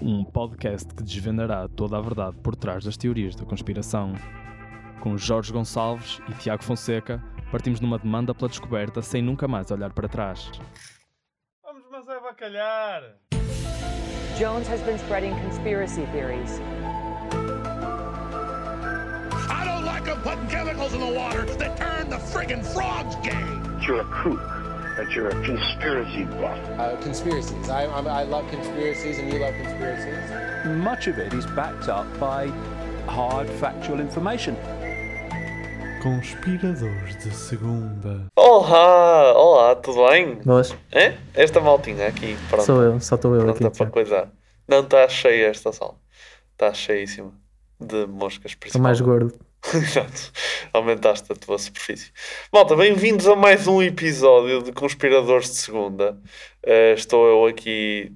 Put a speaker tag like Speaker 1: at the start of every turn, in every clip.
Speaker 1: Um podcast que desvendará toda a verdade por trás das teorias da conspiração. Com Jorge Gonçalves e Tiago Fonseca, partimos numa demanda pela descoberta sem nunca mais olhar para trás.
Speaker 2: Vamos, mas é bacalhar!
Speaker 3: Jones has been spreading conspiracy theories.
Speaker 4: I don't like them putting chemicals in the water that turn the friggin' frogs gay.
Speaker 5: you're a kook, that you're a conspiracy buff.
Speaker 6: uh, conspiracies. I, I, I love conspiracies, and you love conspiracies.
Speaker 7: much of it is backed up by hard factual information.
Speaker 8: Conspiradores de Segunda.
Speaker 9: Olá! Olá, tudo bem?
Speaker 10: Boas,
Speaker 9: Hã? Esta maltinha aqui, pronto.
Speaker 10: sou eu, só estou eu aqui.
Speaker 9: Pronta para
Speaker 10: Tiago.
Speaker 9: coisar. Não, está cheia esta sala. Está cheíssima. De moscas,
Speaker 10: Sou mais
Speaker 9: principalmente.
Speaker 10: gordo.
Speaker 9: Exato. Aumentaste a tua superfície. Malta, bem-vindos a mais um episódio de Conspiradores de Segunda. Eh, estou eu aqui,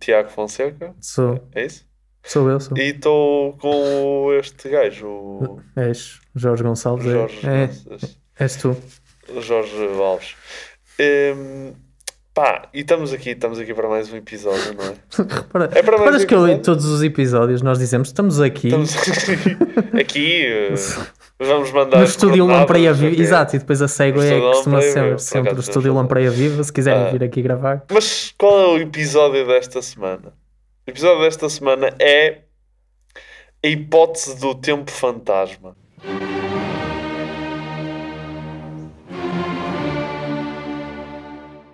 Speaker 9: Tiago Fonseca.
Speaker 10: Sou,
Speaker 9: É isso?
Speaker 10: sou eu, sou.
Speaker 9: E estou com este gajo, o
Speaker 10: És É Jorge Gonçalves. é-
Speaker 9: Jorge.
Speaker 10: É, és tu.
Speaker 9: Jorge Alves. Hum, pá, e estamos aqui, estamos aqui para mais um episódio, não é?
Speaker 10: Repara,
Speaker 9: É para mais
Speaker 10: reparas
Speaker 9: um
Speaker 10: que eu em
Speaker 9: episódio?
Speaker 10: todos os episódios nós dizemos estamos aqui
Speaker 9: Estamos aqui, aqui eh, vamos mandar.
Speaker 10: no
Speaker 9: as
Speaker 10: estúdio
Speaker 9: coordenadas,
Speaker 10: Lampreia
Speaker 9: ok?
Speaker 10: Viva. Exato, e depois a segue é
Speaker 9: Estúdio
Speaker 10: que costuma
Speaker 9: Lampreia Viva,
Speaker 10: ser
Speaker 9: por
Speaker 10: sempre o
Speaker 9: acaso,
Speaker 10: estúdio
Speaker 9: estamos-
Speaker 10: Lampreia Viva. Se quiserem
Speaker 9: Ah.
Speaker 10: vir aqui gravar,
Speaker 9: Mas qual é o episódio desta semana? O episódio desta semana é a hipótese do tempo fantasma.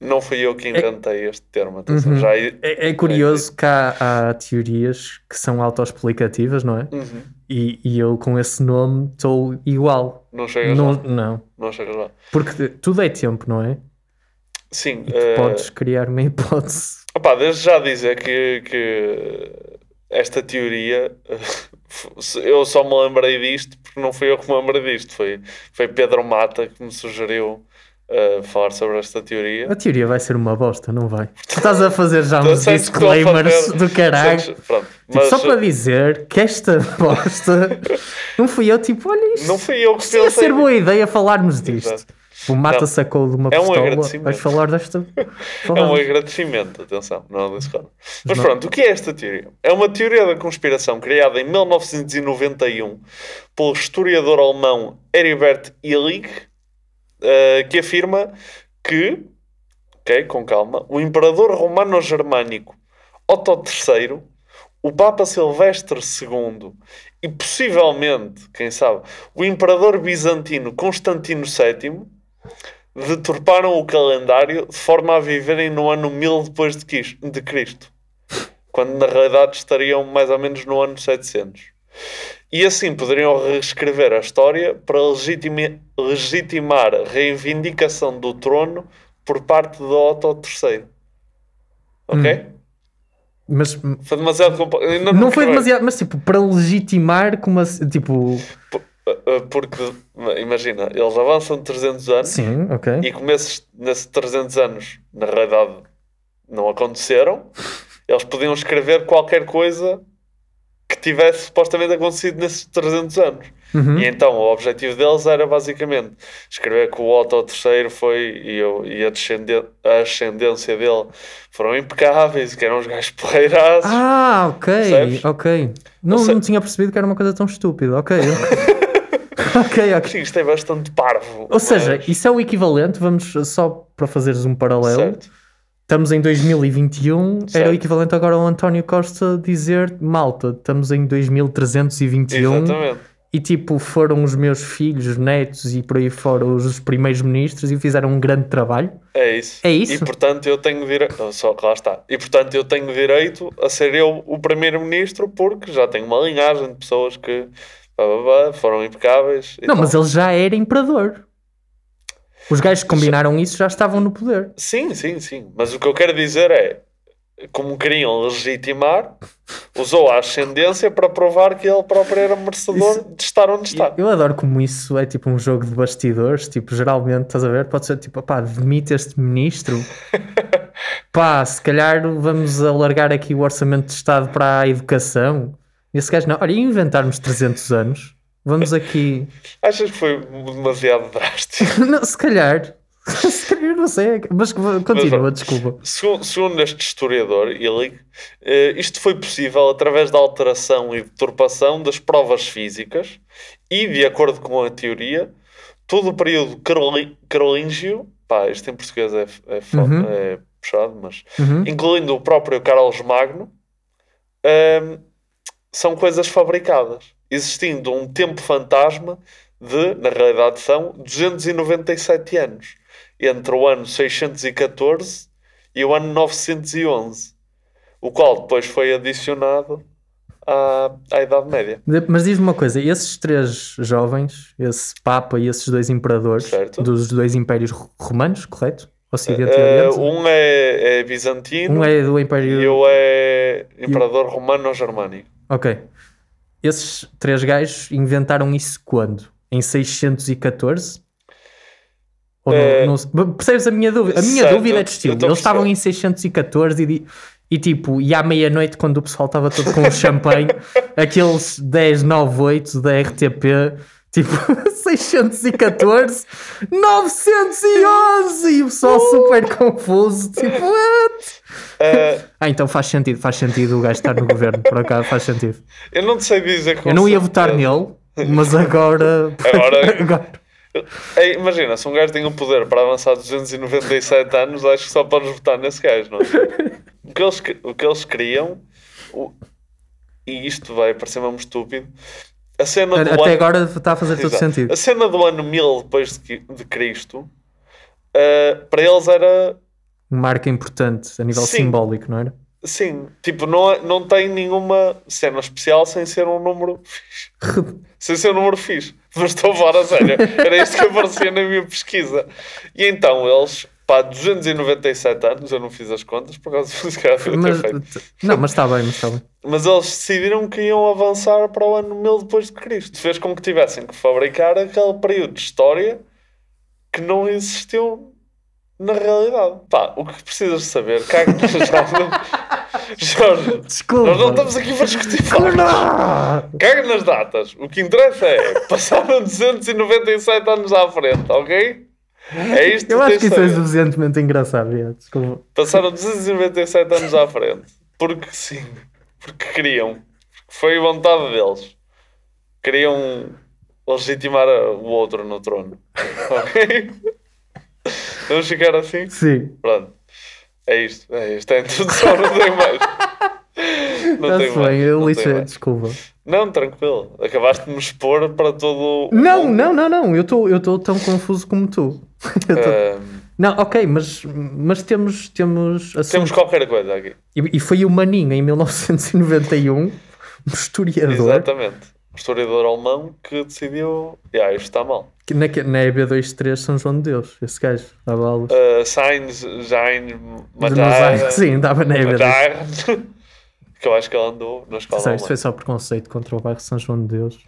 Speaker 9: Não fui eu que inventei este termo, atenção.
Speaker 10: É Uhum.
Speaker 9: Já i-
Speaker 10: é, é curioso que há, há teorias que são autoexplicativas, não é?
Speaker 9: Uhum.
Speaker 10: E, e eu com esse nome estou igual.
Speaker 9: Não chegas
Speaker 10: não,
Speaker 9: lá.
Speaker 10: não,
Speaker 9: Não chegas lá.
Speaker 10: porque tudo é tempo, não é?
Speaker 9: Sim.
Speaker 10: E tu
Speaker 9: eh,
Speaker 10: podes criar uma hipótese.
Speaker 9: Opa, desde já dizer que, que esta teoria eu só me lembrei disto porque não fui eu que me lembrei disto, foi, foi Pedro Mata que me sugeriu uh, falar sobre esta teoria.
Speaker 10: A teoria vai ser uma bosta, não vai? Tu estás a fazer já
Speaker 9: Então,
Speaker 10: uns
Speaker 9: sei que estou a
Speaker 10: disclaimers
Speaker 9: fazer-
Speaker 10: do caralho.
Speaker 9: sei que- pronto,
Speaker 10: Tipo,
Speaker 9: mas
Speaker 10: só para dizer que esta bosta não fui eu, tipo, olha isto.
Speaker 9: não fui eu que
Speaker 10: isto ia
Speaker 9: pensei.
Speaker 10: ser boa ideia falarmos disto.
Speaker 9: Exato.
Speaker 10: O Mata
Speaker 9: Não.
Speaker 10: sacou de uma
Speaker 9: É um
Speaker 10: pistola.
Speaker 9: agradecimento.
Speaker 10: Vais falar desta.
Speaker 9: É um
Speaker 10: Falamos.
Speaker 9: agradecimento, atenção, não é um disclaimer. Mas
Speaker 10: Não.
Speaker 9: pronto, o que é esta teoria? É uma teoria da conspiração criada em 1991 pelo historiador alemão Heribert Illig, eh, que afirma que, ok, com calma, o imperador romano-germânico Otto III, o Papa Silvestre II e possivelmente, quem sabe, o imperador bizantino Constantino VII deturparam o calendário de forma a viverem no ano 1000 depois de Quis- de Cristo, quando na realidade estariam mais ou menos no ano 700. E assim poderiam reescrever a história para legitimi- legitimar a reivindicação do trono por parte de Otto III. Ok?
Speaker 10: Mas
Speaker 9: Foi demasiado compl- Ainda
Speaker 10: Hum. não foi
Speaker 9: acabei.
Speaker 10: demasiado. Mas tipo, para legitimar como assim. Tipo,
Speaker 9: Uh, uh, Porque, imagina, eles avançam 300 anos
Speaker 10: sim, ok.
Speaker 9: e como esses, nesses 300 anos, na realidade, não aconteceram, eles podiam escrever qualquer coisa que tivesse supostamente acontecido nesses 300 anos.
Speaker 10: Uhum.
Speaker 9: E então o objetivo deles era basicamente escrever que o Otto III foi e, o- e a, descenden- a ascendência dele foram impecáveis, que eram uns gajos porreiraços.
Speaker 10: Ah, ok,
Speaker 9: Percebes?
Speaker 10: ok. Não,
Speaker 9: Ou se-
Speaker 10: não tinha percebido que era uma coisa tão estúpida. Ok, ok. ok, ok.
Speaker 9: Sim, isto é bastante parvo.
Speaker 10: Ou seja,
Speaker 9: mas-
Speaker 10: isso é o equivalente, vamos só para fazeres um paralelo.
Speaker 9: Certo.
Speaker 10: Estamos em 2021, era
Speaker 9: Certo.
Speaker 10: o equivalente agora ao António Costa dizer: Malta, estamos em 2321
Speaker 9: Exatamente.
Speaker 10: e tipo foram os meus filhos, netos e por aí fora os primeiros ministros e fizeram um grande trabalho.
Speaker 9: É isso.
Speaker 10: É isso?
Speaker 9: E portanto eu tenho direito. Só que lá está. E portanto eu tenho direito a ser eu o primeiro-ministro porque já tenho uma linhagem de pessoas que pá, pá, pá, foram impecáveis. e
Speaker 10: não,
Speaker 9: tal.
Speaker 10: mas ele já era imperador. Os gajos que combinaram isso já estavam no poder.
Speaker 9: Sim, sim, sim. Mas o que eu quero dizer é. Como queriam legitimar, usou a ascendência para provar que ele próprio era merecedor
Speaker 10: Isso-
Speaker 9: de estar onde está.
Speaker 10: Eu adoro como isso é tipo um jogo de bastidores, tipo, geralmente, estás a ver? Pode ser tipo, pá, demite este ministro. pá, se calhar vamos alargar aqui o orçamento de Estado para a educação. E esse gajo, não, olha, e inventarmos 300 anos. Vamos aqui.
Speaker 9: Achas que foi demasiado drástico?
Speaker 10: Não, se calhar, Eu não sei, mas continua,
Speaker 9: Mas,
Speaker 10: desculpa.
Speaker 9: Segu- Segundo este historiador, Illig, eh, isto foi possível através da alteração e deturpação das provas físicas e, de acordo com a teoria, todo o período caroli- carolíngio, pá, isto em português é, f- é fo-
Speaker 10: Uhum.
Speaker 9: é puxado, mas
Speaker 10: Uhum.
Speaker 9: incluindo o próprio Carlos Magno, ehm, são coisas fabricadas, existindo um tempo fantasma de, na realidade, são 297 anos, entre o ano 614 e o ano 911, o qual depois foi adicionado à, à Idade Média.
Speaker 10: De- Mas diz-me uma coisa: esses três jovens, esse Papa e esses dois imperadores
Speaker 9: Certo.
Speaker 10: dos dois impérios ro- romanos, correto? Ocidente e
Speaker 9: Eh,
Speaker 10: Oriente.
Speaker 9: um é, é bizantino
Speaker 10: Um é do
Speaker 9: e
Speaker 10: Império.
Speaker 9: o é imperador romano-germânico.
Speaker 10: Ok. Esses três gajos inventaram isso quando? Em 614? Ou não-
Speaker 9: Eh,
Speaker 10: não se- percebes a minha dúvida? A minha
Speaker 9: certo,
Speaker 10: dúvida é de
Speaker 9: eu
Speaker 10: estilo.
Speaker 9: tô a
Speaker 10: Eles estavam
Speaker 9: perceber.
Speaker 10: em 614 e, di- e tipo, e à meia-noite, quando o pessoal estava todo com o champanhe, aqueles 1098 da RTP, tipo 614, 911 e o pessoal
Speaker 9: Uh!
Speaker 10: super confuso, tipo, what?
Speaker 9: Eh,
Speaker 10: Ah, então faz sentido, faz sentido o gajo estar no governo, por acaso faz sentido.
Speaker 9: eu não te sei dizer com
Speaker 10: Eu não ia votar
Speaker 9: certeza.
Speaker 10: nele, mas agora.
Speaker 9: Agora-
Speaker 10: agora-
Speaker 9: Ei, imagina, se um gajo tem o poder para avançar 297 anos, acho que só podes votar nesse gajo, não é? O que eles, que- o que eles queriam, o- e isto vai parecer mesmo estúpido, a cena do
Speaker 10: Até
Speaker 9: ano,
Speaker 10: agora está a fazer todo
Speaker 9: Exato. Assim-
Speaker 10: sentido.
Speaker 9: A cena do ano 1000 depois de, qui- de Cristo, ah, para eles era,
Speaker 10: Um marco importante a nível
Speaker 9: Sim.
Speaker 10: simbólico, não era?
Speaker 9: sim, tipo, não, é- não tem nenhuma cena especial sem ser um número fixe. sem ser um número fixe. Mas estou a falar a sério. Era isto que aparecia na minha pesquisa. E então eles, pá, 297 anos, eu não fiz as contas por causa do que
Speaker 10: Mas,
Speaker 9: feito.
Speaker 10: não, mas está bem, mas está bem.
Speaker 9: Mas eles decidiram que iam avançar para o ano 1000 depois de Cristo. Fez com que tivessem que fabricar aquele período de história que não existiu na realidade. Pá, o que precisas de saber? Caga Jorge,
Speaker 10: Desculpa.
Speaker 9: nós não estamos aqui para discutir factos. Caga nas datas. O que interessa é passaram 297 anos à frente, ok? É isto
Speaker 10: Eu
Speaker 9: que
Speaker 10: acho
Speaker 9: tens
Speaker 10: que
Speaker 9: de
Speaker 10: isso é
Speaker 9: saber.
Speaker 10: suficientemente engraçado. é, Desculpa.
Speaker 9: Passaram 297 anos à frente. Porque sim. Porque queriam. Porque foi vontade deles. Queriam legitimar a- o outro no trono. Ok? Vamos ficar assim?
Speaker 10: Sim,
Speaker 9: Pronto. É isto. É isto. É a introdução. Não tem mais. Não tem
Speaker 10: está-se
Speaker 9: mais.
Speaker 10: tá bem, eu
Speaker 9: Não tem
Speaker 10: lixei,
Speaker 9: mais.
Speaker 10: desculpa.
Speaker 9: Não, tranquilo. Acabaste de me expor para todo o
Speaker 10: Não,
Speaker 9: mundo.
Speaker 10: não, não, não, eu estou tão confuso como tu. Eu tô-
Speaker 9: Ahm,
Speaker 10: Não, ok, mas, mas temos, temos assunto.
Speaker 9: temos qualquer coisa aqui.
Speaker 10: E, e foi o Maninho em 1991, um historiador,
Speaker 9: Exatamente. Um historiador alemão que decidiu. Ah, isto está mal.
Speaker 10: que na, na EB23 São João de Deus, esse gajo, dava aulas.
Speaker 9: Uh, Sainz, Jain,
Speaker 10: De mosaico,
Speaker 9: Matar,
Speaker 10: Sim, é dava na EB23.
Speaker 9: Matar, eh, que eu acho que ele andou na escola.
Speaker 10: Sério, isto foi
Speaker 9: alemã.
Speaker 10: só preconceito contra o bairro São João de Deus.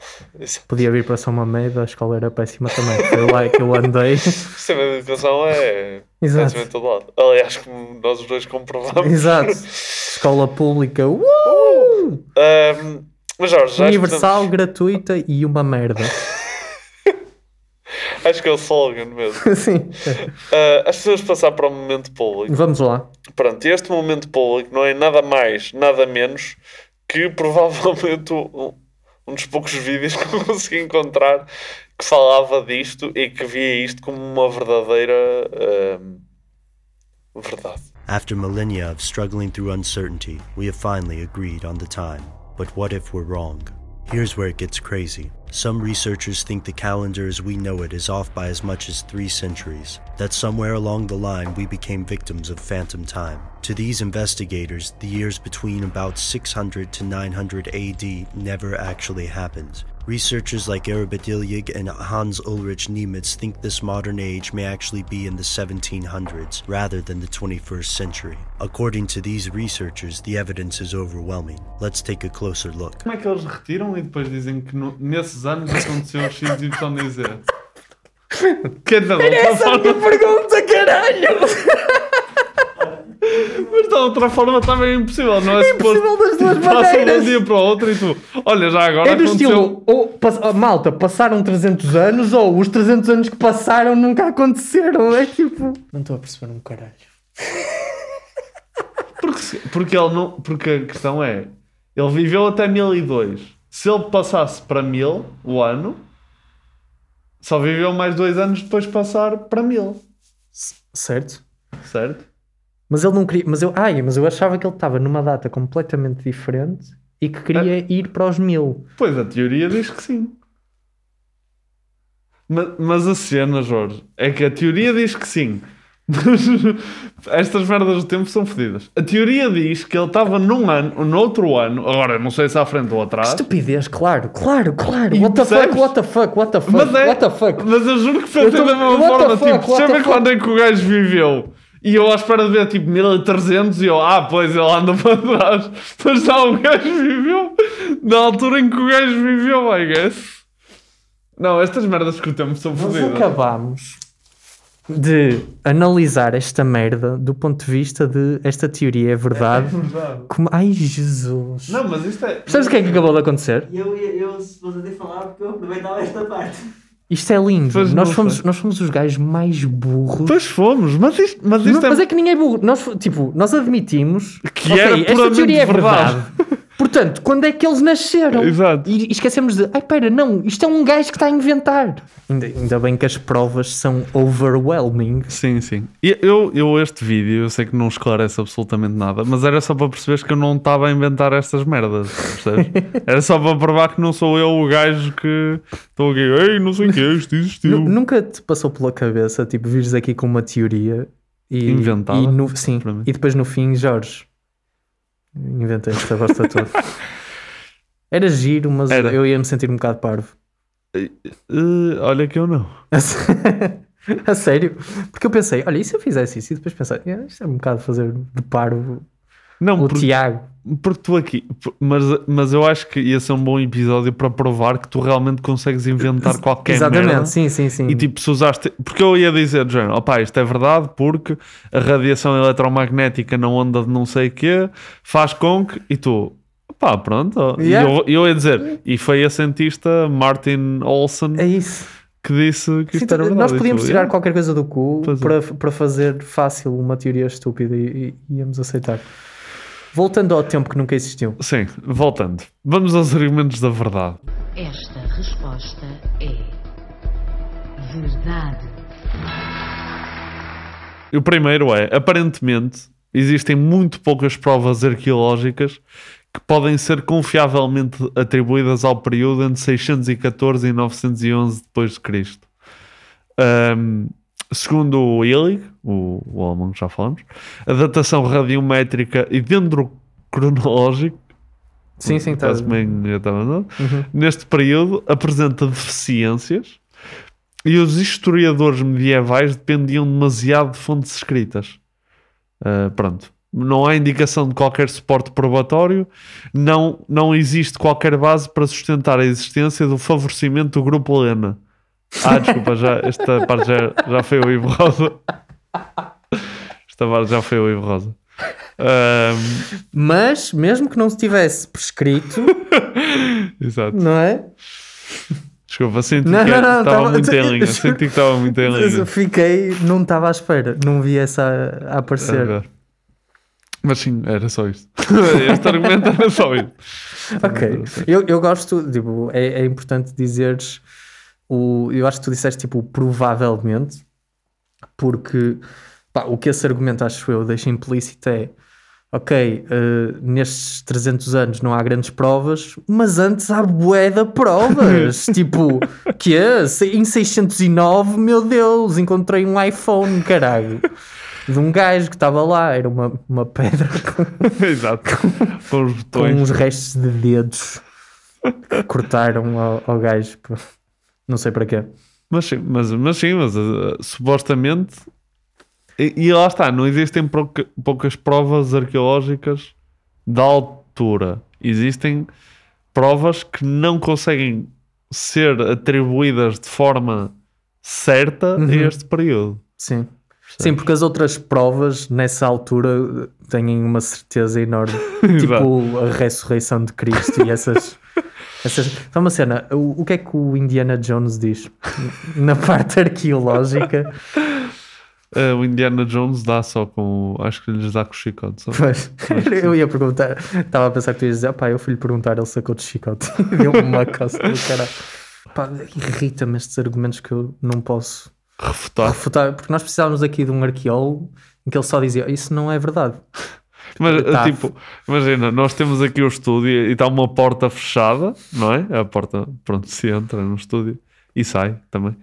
Speaker 9: Isso,
Speaker 10: Podia vir para São Mamede, a escola era péssima também. Foi lá que eu andei.
Speaker 9: o sistema de educação é
Speaker 10: Exato.
Speaker 9: péssimo em todo lado. Aliás, como nós os dois comprovamos.
Speaker 10: Exato. Escola pública, uh!
Speaker 9: Um, mas Jorge, acho que,
Speaker 10: universal, gratuita e uma merda.
Speaker 9: acho que é o slogan mesmo.
Speaker 10: Sim.
Speaker 9: Uh, as pessoas passar para o momento público.
Speaker 10: Vamos lá.
Speaker 9: Pronto, e este momento público não é nada mais, nada menos que provavelmente um, um dos poucos vídeos que eu consegui encontrar que falava disto e que via isto como uma verdadeira ahm, verdade.
Speaker 11: After millennia of struggling through uncertainty, we have finally agreed on the time. But what if we're wrong? Here's where it gets crazy. Some researchers think the calendar as we know it is off by as much as three centuries, that somewhere along the line we became victims of phantom time. To these investigators, the years between about 600 to 900 AD never actually happened. Researchers like Erebedilig and Hans Ulrich Niemitz think this modern age may actually be in the 1700s rather than the 21st century. According to these researchers, the evidence is overwhelming. Let's take a closer look.
Speaker 12: Como é que eles retiram e depois dizem que no- nesses anos aconteceu X, Y e Z? Cada um está a falar-
Speaker 10: Pergunta, caralho!
Speaker 12: Mas
Speaker 9: da outra forma também é impossível, não é?
Speaker 10: É impossível
Speaker 9: suposto
Speaker 10: das duas
Speaker 9: que passa de um
Speaker 10: maneiras.
Speaker 9: dia para o outro e tu, olha, já agora
Speaker 10: É do
Speaker 9: aconteceu.
Speaker 10: estilo, ou, pas- oh, malta, passaram 300 anos ou os 300 anos que passaram nunca aconteceram. É tipo. Não estou a perceber um caralho.
Speaker 9: Porque, se- porque, ele não, porque a questão é, ele viveu até 1002. Se ele passasse para 1000 o ano, só viveu mais dois anos depois de passar para 1000,
Speaker 10: Certo?
Speaker 9: certo?
Speaker 10: Mas ele não queria. Mas eu, ai, mas eu achava que ele estava numa data completamente diferente e que queria
Speaker 9: É.
Speaker 10: ir para os mil.
Speaker 9: Pois a teoria diz que sim. Ma- Mas, a cena, Jorge, é que a teoria diz que sim. Estas merdas do tempo são fodidas. A teoria diz que ele estava num ano, no outro ano, agora não sei se à frente ou atrás.
Speaker 10: Estupidez, claro, claro, claro.
Speaker 9: E
Speaker 10: What the fuck,
Speaker 9: percebes?
Speaker 10: what the fuck, what the fuck,
Speaker 9: Mas é,
Speaker 10: what the fuck.
Speaker 9: mas eu juro que foi
Speaker 10: Eu
Speaker 9: da
Speaker 10: tô-
Speaker 9: mesma
Speaker 10: what the
Speaker 9: forma,
Speaker 10: fuck,
Speaker 9: tipo,
Speaker 10: what the
Speaker 9: sabe
Speaker 10: fuck?
Speaker 9: quando é que o gajo viveu? E eu à espera de ver tipo 1300 e eu, ah, pois ele anda para trás. Mas não, o gajo viveu na altura em que o gajo viveu, I guess. Não, estas merdas que o tempo são
Speaker 10: Nós
Speaker 9: fodidas.
Speaker 10: acabámos de analisar esta merda do ponto de vista de esta teoria é verdade. Como... Ai, Jesus.
Speaker 9: Não, mas isto é.
Speaker 10: Sabes o que é que acabou de acontecer?
Speaker 13: Eu, eu, se fosse até falar, porque eu aproveitava esta parte.
Speaker 10: Isto é lindo.
Speaker 9: Pois
Speaker 10: nós,
Speaker 9: não,
Speaker 10: fomos,
Speaker 9: foi.
Speaker 10: nós fomos os gajos mais burros.
Speaker 9: Pois fomos, mas isto, mas
Speaker 10: Mas,
Speaker 9: isto é.
Speaker 10: mas é que ninguém é burro. Nós, fo- tipo, nós admitimos
Speaker 9: Que
Speaker 10: ok,
Speaker 9: era
Speaker 10: esta
Speaker 9: puramente
Speaker 10: teoria é verdade.
Speaker 9: verdade.
Speaker 10: Portanto, quando é que eles nasceram?
Speaker 9: Exato.
Speaker 10: E e esquecemos de, ai pera, não, isto é um gajo que está a inventar. Ainda, ainda bem que as provas são overwhelming.
Speaker 9: Sim, sim. E Eu, eu este vídeo, eu sei que não esclarece absolutamente nada, mas era só para perceberes que eu não estava a inventar estas merdas, percebes? Era só para provar que não sou eu o gajo que estou aqui, ei, não sei o que, é isto
Speaker 10: Nu-
Speaker 9: existiu.
Speaker 10: Nunca te passou pela cabeça, tipo, vires aqui com uma teoria e.
Speaker 9: Inventada,
Speaker 10: e no- sim,
Speaker 9: para mim.
Speaker 10: e depois no fim, Jorge. Inventei esta bosta toda. Era giro, mas
Speaker 9: Era.
Speaker 10: eu ia me sentir um bocado parvo.
Speaker 9: Eh, olha que eu não.
Speaker 10: A sé- A sério? Porque eu pensei, olha, e se eu fizesse isso? E depois pensei, "Yeah, isto é um bocado fazer de parvo
Speaker 9: Não,
Speaker 10: o
Speaker 9: porque, é
Speaker 10: Tiago.
Speaker 9: porque tu aqui, por- mas, mas eu acho que ia ser um bom episódio para provar que tu realmente consegues inventar qualquer
Speaker 10: Exatamente,
Speaker 9: merda.
Speaker 10: sim, sim, sim.
Speaker 9: E tipo, se usaste. Porque eu ia dizer, do género, opá, isto é verdade porque a radiação eletromagnética na onda de não sei o quê faz com que. E tu, opá, pronto. ó.
Speaker 10: Yeah.
Speaker 9: E eu, eu ia dizer, e foi a cientista Martin Olson
Speaker 10: é isso.
Speaker 9: que disse que tipo,
Speaker 10: Sim, então,
Speaker 9: isto era verdade.
Speaker 10: nós
Speaker 9: E tu,
Speaker 10: podíamos tirar
Speaker 9: "Yeah."
Speaker 10: qualquer coisa do cu
Speaker 9: Pois é.
Speaker 10: para, para fazer fácil uma teoria estúpida e, e íamos aceitar. Voltando ao tempo que nunca existiu.
Speaker 9: Sim, voltando. Vamos aos argumentos da verdade.
Speaker 14: Esta resposta é verdade.
Speaker 9: O primeiro é, aparentemente, existem muito poucas provas arqueológicas que podem ser confiavelmente atribuídas ao período entre 614 e 911 depois de Cristo. Ahm, segundo o Illig, o, o alemão que já falamos, a datação radiométrica e dendrocronológica
Speaker 10: Sim, sim, tá. Uhum.
Speaker 9: quase como em- eu estava a dizer, neste período apresenta deficiências e os historiadores medievais dependiam demasiado de fontes escritas. Ah, pronto. Não há indicação de qualquer suporte probatório, não, não existe qualquer base para sustentar a existência do favorecimento do grupo Helena. Ah, desculpa, já, esta parte já, já foi o Ivo Rosa. Esta parte já foi o Ivo Rosa. Ah, Ahm,
Speaker 10: Mas, mesmo que não se tivesse prescrito,
Speaker 9: exato.
Speaker 10: não é?
Speaker 9: Desculpa, senti
Speaker 10: Não,
Speaker 9: que
Speaker 10: não, não,
Speaker 9: estava
Speaker 10: tava-
Speaker 9: muito em linha. Senti que estava muito em linha.
Speaker 10: Fiquei, não estava à espera, não vi essa a
Speaker 9: Estás a
Speaker 10: aparecer.
Speaker 9: ver? Mas sim, era só isto. este argumento era só isto.
Speaker 10: Ok. Eu, eu gosto, tipo, é, é importante dizeres o. Eu acho que tu disseste tipo provavelmente, porque pá, o que esse argumento acho eu deixa implícito é ok, eh, nestes 300 anos não há grandes provas, mas antes há bué de provas. tipo, que é? Se- Em 609, meu Deus, encontrei um iPhone, caralho. De um gajo que estava lá, era uma, uma pedra
Speaker 9: Exato. Com os
Speaker 10: com
Speaker 9: botões.
Speaker 10: uns restos de dedos que cortaram ao, ao gajo. pô. Não sei para quê.
Speaker 9: Mas sim, mas, mas, sim, mas uh, supostamente. E, e lá está, não existem pouca- poucas provas arqueológicas da altura. Existem provas que não conseguem ser atribuídas de forma certa
Speaker 10: Uhum.
Speaker 9: a este período.
Speaker 10: Sim. Sim, porque as outras provas, nessa altura, têm uma certeza enorme. tipo a ressurreição de Cristo e essas. essas... Então, uma cena, o, o que é que o Indiana Jones diz na parte arqueológica?
Speaker 9: Eh, o Indiana Jones dá só com. Acho que lhes dá com o chicote. só.
Speaker 10: Pois, eu ia perguntar, estava a pensar que tu ias dizer, pá, eu fui-lhe perguntar, ele sacou de chicote e deu-me uma costa do cara. Pá, irrita-me estes argumentos que eu não posso
Speaker 9: Refutar.
Speaker 10: refutar, porque nós precisávamos aqui de um arqueólogo em que ele só dizia, isso não é verdade.
Speaker 9: Mas,
Speaker 10: Tá.
Speaker 9: tipo, imagina, nós temos aqui o estúdio e está uma porta fechada, não é? É A porta, pronto, se entra no estúdio e sai também.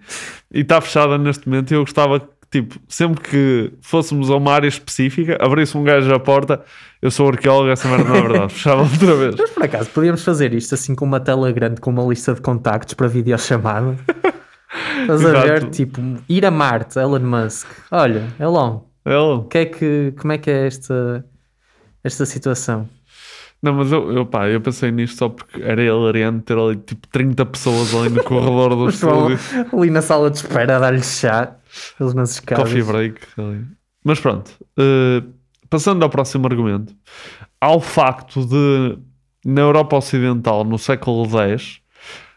Speaker 9: E está fechada neste momento e eu gostava que, tipo, sempre que fôssemos a uma área específica, abrisse um gajo a porta, eu sou arqueólogo, essa merda não é verdade, fechava outra vez.
Speaker 10: Mas por acaso, podíamos fazer isto assim com uma tela grande, com uma lista de contactos para videochamada? Estás a ver,
Speaker 9: Exato.
Speaker 10: tipo, ir a Marte, Elon Musk. Olha, Elon,
Speaker 9: Elon.
Speaker 10: Que é que, como é que é esta, esta situação?
Speaker 9: Não, mas eu, eu, pá, eu pensei nisto só porque era hilariante ter ali, tipo, 30 pessoas ali no corredor do
Speaker 10: Mas vão
Speaker 9: estúdio.
Speaker 10: ali na sala de espera a dar-lhe chá, eles nas escadas.
Speaker 9: Coffee break. ali. Mas pronto, eh, passando ao próximo argumento, ao facto de na Europa Ocidental, no século X,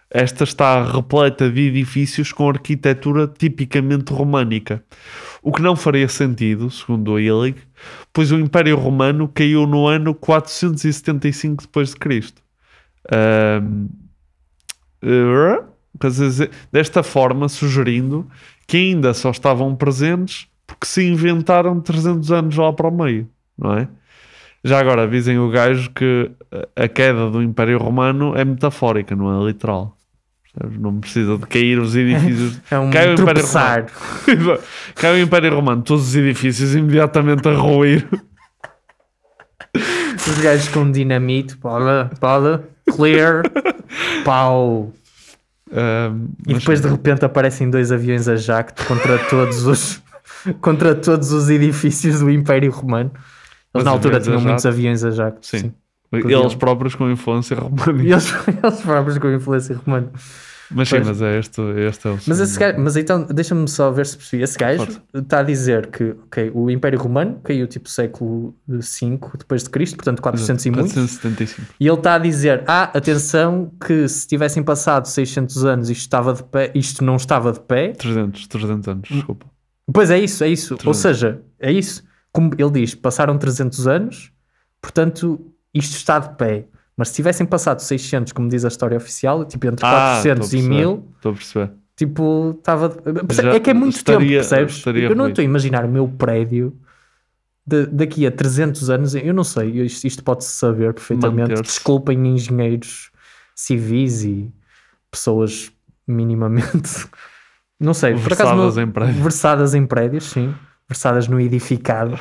Speaker 9: esta está repleta de edifícios com arquitetura tipicamente românica, o que não faria sentido, segundo a Illig, pois o Império Romano caiu no ano 475 depois de Cristo. Ahm, eh, quer dizer, desta forma sugerindo que ainda só estavam presentes porque se inventaram 300 anos lá para o meio, não é? Já agora, dizem o gajo que a- a queda do Império Romano é metafórica, não é literal. Percebes? Não precisa de cair os edifícios.
Speaker 10: É um
Speaker 9: Cai o Império
Speaker 10: tropeçar.
Speaker 9: Romano. Cai o Império Romano, todos os edifícios imediatamente a ruir.
Speaker 10: Os gajos com dinamite, pode, pode, clear, pau. e depois de repente aparecem dois aviões a jacto contra todos os contra todos os edifícios do Império Romano. Eles
Speaker 9: Mas
Speaker 10: na altura
Speaker 9: aviões a
Speaker 10: tinham muitos
Speaker 9: jato?
Speaker 10: aviões a jacto. Sim.
Speaker 9: Eles próprios com influência romana.
Speaker 10: E eles, eles próprios com influência romana.
Speaker 9: Mas sim,
Speaker 10: Pois.
Speaker 9: mas é este, este é o
Speaker 10: Mas, esse
Speaker 9: segundo.
Speaker 10: gajo- mas então, deixa-me só ver se percebi. Esse gajo está a dizer que ok, o Império Romano caiu tipo século V depois de Cristo, portanto 400 e muitos.
Speaker 9: 475.
Speaker 10: E ele está a dizer: ah, atenção, que se tivessem passado 600 anos isto, estava de pé, isto não estava de pé.
Speaker 9: 300, 300
Speaker 10: Hum.
Speaker 9: anos, desculpa.
Speaker 10: Pois é isso, é isso. Ou seja, é isso. Como ele diz, passaram 300 anos, portanto isto está de pé. Mas se tivessem passado 600, como diz a história oficial, tipo entre 400 e 1000,
Speaker 9: Estou a perceber.
Speaker 10: Tipo, estava. perce-
Speaker 9: Já
Speaker 10: É que é muito tempo,
Speaker 9: estaria-
Speaker 10: percebes?
Speaker 9: estaria
Speaker 10: Eu não
Speaker 9: ruído.
Speaker 10: estou a imaginar o meu prédio de- daqui a 300 anos. Eu não sei, isto, isto pode-se saber perfeitamente.
Speaker 9: Manter-se.
Speaker 10: Desculpem, engenheiros civis e pessoas minimamente. Não sei, por
Speaker 9: Versadas
Speaker 10: acaso. não-
Speaker 9: em prédios.
Speaker 10: Versadas em prédios, sim. Versadas no edificado.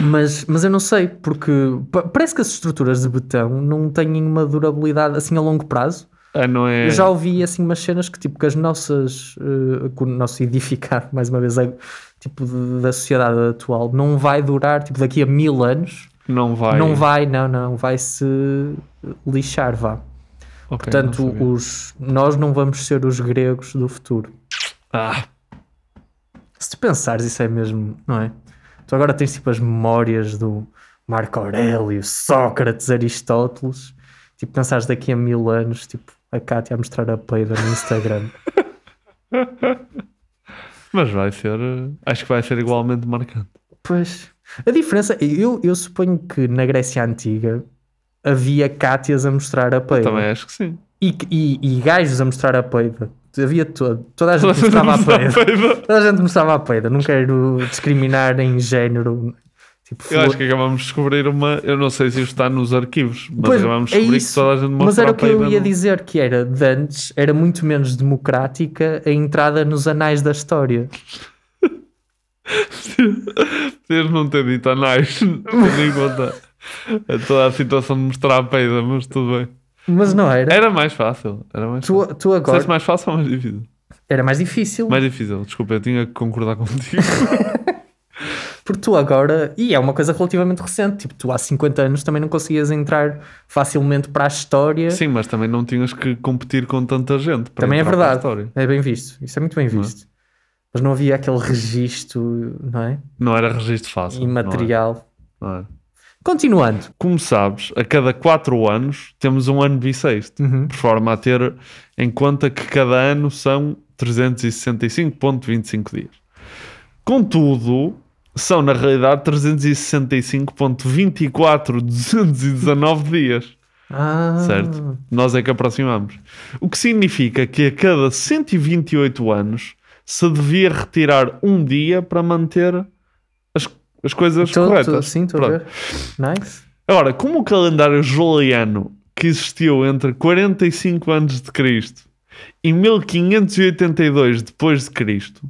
Speaker 10: Mas, mas eu não sei, porque pa- parece que as estruturas de betão não têm uma durabilidade assim a longo prazo.
Speaker 9: Ah, não é.
Speaker 10: Eu já ouvi assim umas cenas que tipo que as nossas eh, que o nosso edificar mais uma vez é, tipo de- da sociedade atual não vai durar tipo daqui a mil anos
Speaker 9: Não vai.
Speaker 10: não vai não não vai se lixar vá
Speaker 9: Ok,
Speaker 10: portanto
Speaker 9: não sabia.
Speaker 10: os nós não vamos ser os gregos do futuro
Speaker 9: Ah,
Speaker 10: se tu pensares isso é mesmo não é tu agora tens tipo as memórias do Marco Aurélio Sócrates Aristóteles tipo pensares daqui a mil anos tipo a Cátia a mostrar a peida no Instagram
Speaker 9: mas vai ser. eh, Acho que vai ser igualmente marcante.
Speaker 10: Pois. A diferença, eu, eu suponho que na Grécia Antiga havia cátias a mostrar a peida.
Speaker 9: Também acho que sim.
Speaker 10: E, e, e gajos a mostrar a peida. Havia todo. Toda a
Speaker 9: Toda
Speaker 10: gente
Speaker 9: a gente
Speaker 10: mostrava a
Speaker 9: mostrava a
Speaker 10: peida. Toda a gente mostrava a peida. Não quero discriminar em género. Tipo,
Speaker 9: Eu
Speaker 10: flor-
Speaker 9: acho que acabamos de descobrir uma. Eu não sei se isto está nos arquivos, mas
Speaker 10: Pois,
Speaker 9: acabamos de
Speaker 10: é
Speaker 9: descobrir
Speaker 10: isso.
Speaker 9: que toda a gente mostra
Speaker 10: Mas era
Speaker 9: a
Speaker 10: o que eu
Speaker 9: peida
Speaker 10: ia
Speaker 9: no-
Speaker 10: dizer, que era de antes, era muito menos democrática a entrada nos anais da história.
Speaker 9: Podias não ter dito anais, tendo em conta a toda a situação de mostrar a peida, mas tudo bem.
Speaker 10: Mas não era.
Speaker 9: Era mais fácil. Era mais
Speaker 10: Tu,
Speaker 9: fácil.
Speaker 10: tu agora.
Speaker 9: Disseste mais fácil ou mais difícil?
Speaker 10: Era mais difícil.
Speaker 9: Mais difícil, desculpa, eu tinha que concordar contigo.
Speaker 10: Porque tu agora, e é uma coisa relativamente recente, tipo, tu há 50 anos também não conseguias entrar facilmente para a história.
Speaker 9: Sim, mas também não tinhas que competir com tanta gente. para
Speaker 10: também é
Speaker 9: entrar para a
Speaker 10: verdade.
Speaker 9: história.
Speaker 10: É bem visto. Isso é muito bem visto. Mas não havia aquele registro, não é?
Speaker 9: Não era registro fácil.
Speaker 10: Imaterial.
Speaker 9: Não é? Não é?
Speaker 10: Continuando.
Speaker 9: Como sabes, a cada 4 anos temos um ano bissexto,
Speaker 10: Uhum.
Speaker 9: por forma a ter em conta que cada ano são 365.25 dias. Contudo, são na realidade 365.24219 dias.
Speaker 10: Ah,
Speaker 9: Certo? Nós é que aproximamos. O que significa que a cada 128 anos se devia retirar um dia para manter as, as coisas
Speaker 10: Tô- tô-
Speaker 9: corretas.
Speaker 10: sim, estou a
Speaker 9: Pronto.
Speaker 10: ver. Nice.
Speaker 9: Agora, como o calendário juliano que existiu entre 45 anos de Cristo e 1582 depois de Cristo,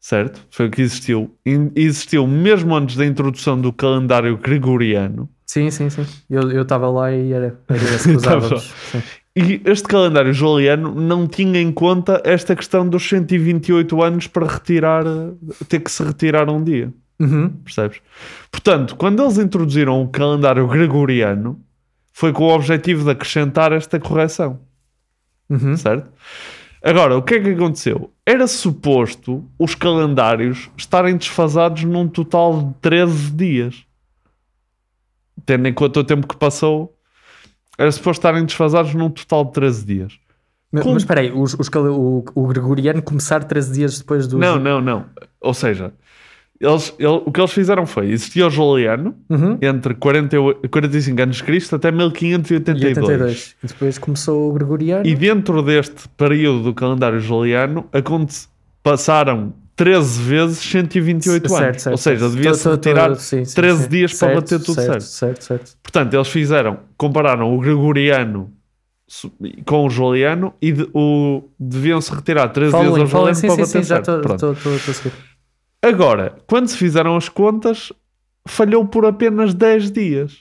Speaker 9: certo? Foi o que existiu. E Existiu mesmo antes da introdução do calendário gregoriano.
Speaker 10: Sim, sim, sim. Eu estava lá e era, era esse que
Speaker 9: Estava
Speaker 10: usávamos.
Speaker 9: só. E este calendário juliano não tinha em conta esta questão dos 128 anos para retirar, ter que se retirar um dia.
Speaker 10: Uhum.
Speaker 9: Percebes? Portanto, quando eles introduziram o calendário gregoriano, foi com o objetivo de acrescentar esta correção.
Speaker 10: Uhum.
Speaker 9: Certo? Agora, o que é que aconteceu? Era suposto os calendários estarem desfasados num total de 13 dias. Tendo em conta o tempo que passou, era suposto estarem desfasados num total de 13 dias.
Speaker 10: Mas,
Speaker 9: Como-
Speaker 10: mas espera aí, os- os cal- o, o Gregoriano começar 13 dias depois do.
Speaker 9: Não, não, não. Ou seja, eles, ele- o que eles fizeram foi: existia o Juliano
Speaker 10: Uhum.
Speaker 9: entre 48 45 anos de Cristo até 1582.
Speaker 10: E 82. E depois começou o Gregoriano.
Speaker 9: E dentro deste período do calendário juliano aconte- passaram 13 vezes 128
Speaker 10: Certo,
Speaker 9: anos.
Speaker 10: certo,
Speaker 9: Ou seja,
Speaker 10: certo.
Speaker 9: devia-se
Speaker 10: Tô- tô- tô-
Speaker 9: retirar
Speaker 10: sim, sim,
Speaker 9: 13
Speaker 10: sim.
Speaker 9: dias para
Speaker 10: Certo,
Speaker 9: bater tudo
Speaker 10: certo,
Speaker 9: certo.
Speaker 10: certo, certo.
Speaker 9: Portanto, eles fizeram, compararam o gregoriano su- com o juliano e de- o, deviam-se retirar 13
Speaker 10: Following,
Speaker 9: dias ao juliano
Speaker 10: following. Sim,
Speaker 9: para
Speaker 10: sim,
Speaker 9: bater
Speaker 10: sim, já
Speaker 9: certo.
Speaker 10: estou
Speaker 9: Pronto.
Speaker 10: estou- estou- estou a seguir.
Speaker 9: Agora, quando se fizeram as contas, falhou por apenas 10 dias.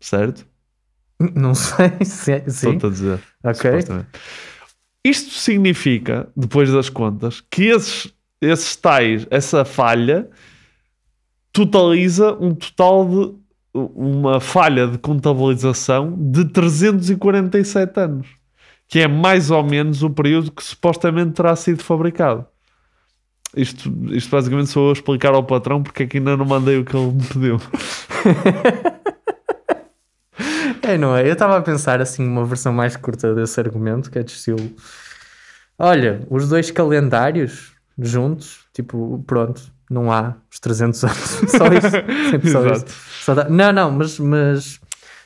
Speaker 9: Certo?
Speaker 10: Não sei se é, sim.
Speaker 9: Estou-te a dizer.
Speaker 10: Ok.
Speaker 9: supostamente. Isto significa, depois das contas, que esses, esses tais, essa falha, totaliza um total de uma falha de contabilização de 347 anos, que é mais ou menos o período que supostamente terá sido fabricado. Isto, isto basicamente sou eu a explicar ao patrão porque é que ainda não mandei o que ele me pediu.
Speaker 10: É, não é? Eu estava a pensar assim uma versão mais curta desse argumento, que é de estilo. Olha, os dois calendários juntos, tipo, pronto, não há os 300 anos. Só isso. Sempre só
Speaker 9: Exato.
Speaker 10: isso. Só dá- Não, não, mas, mas,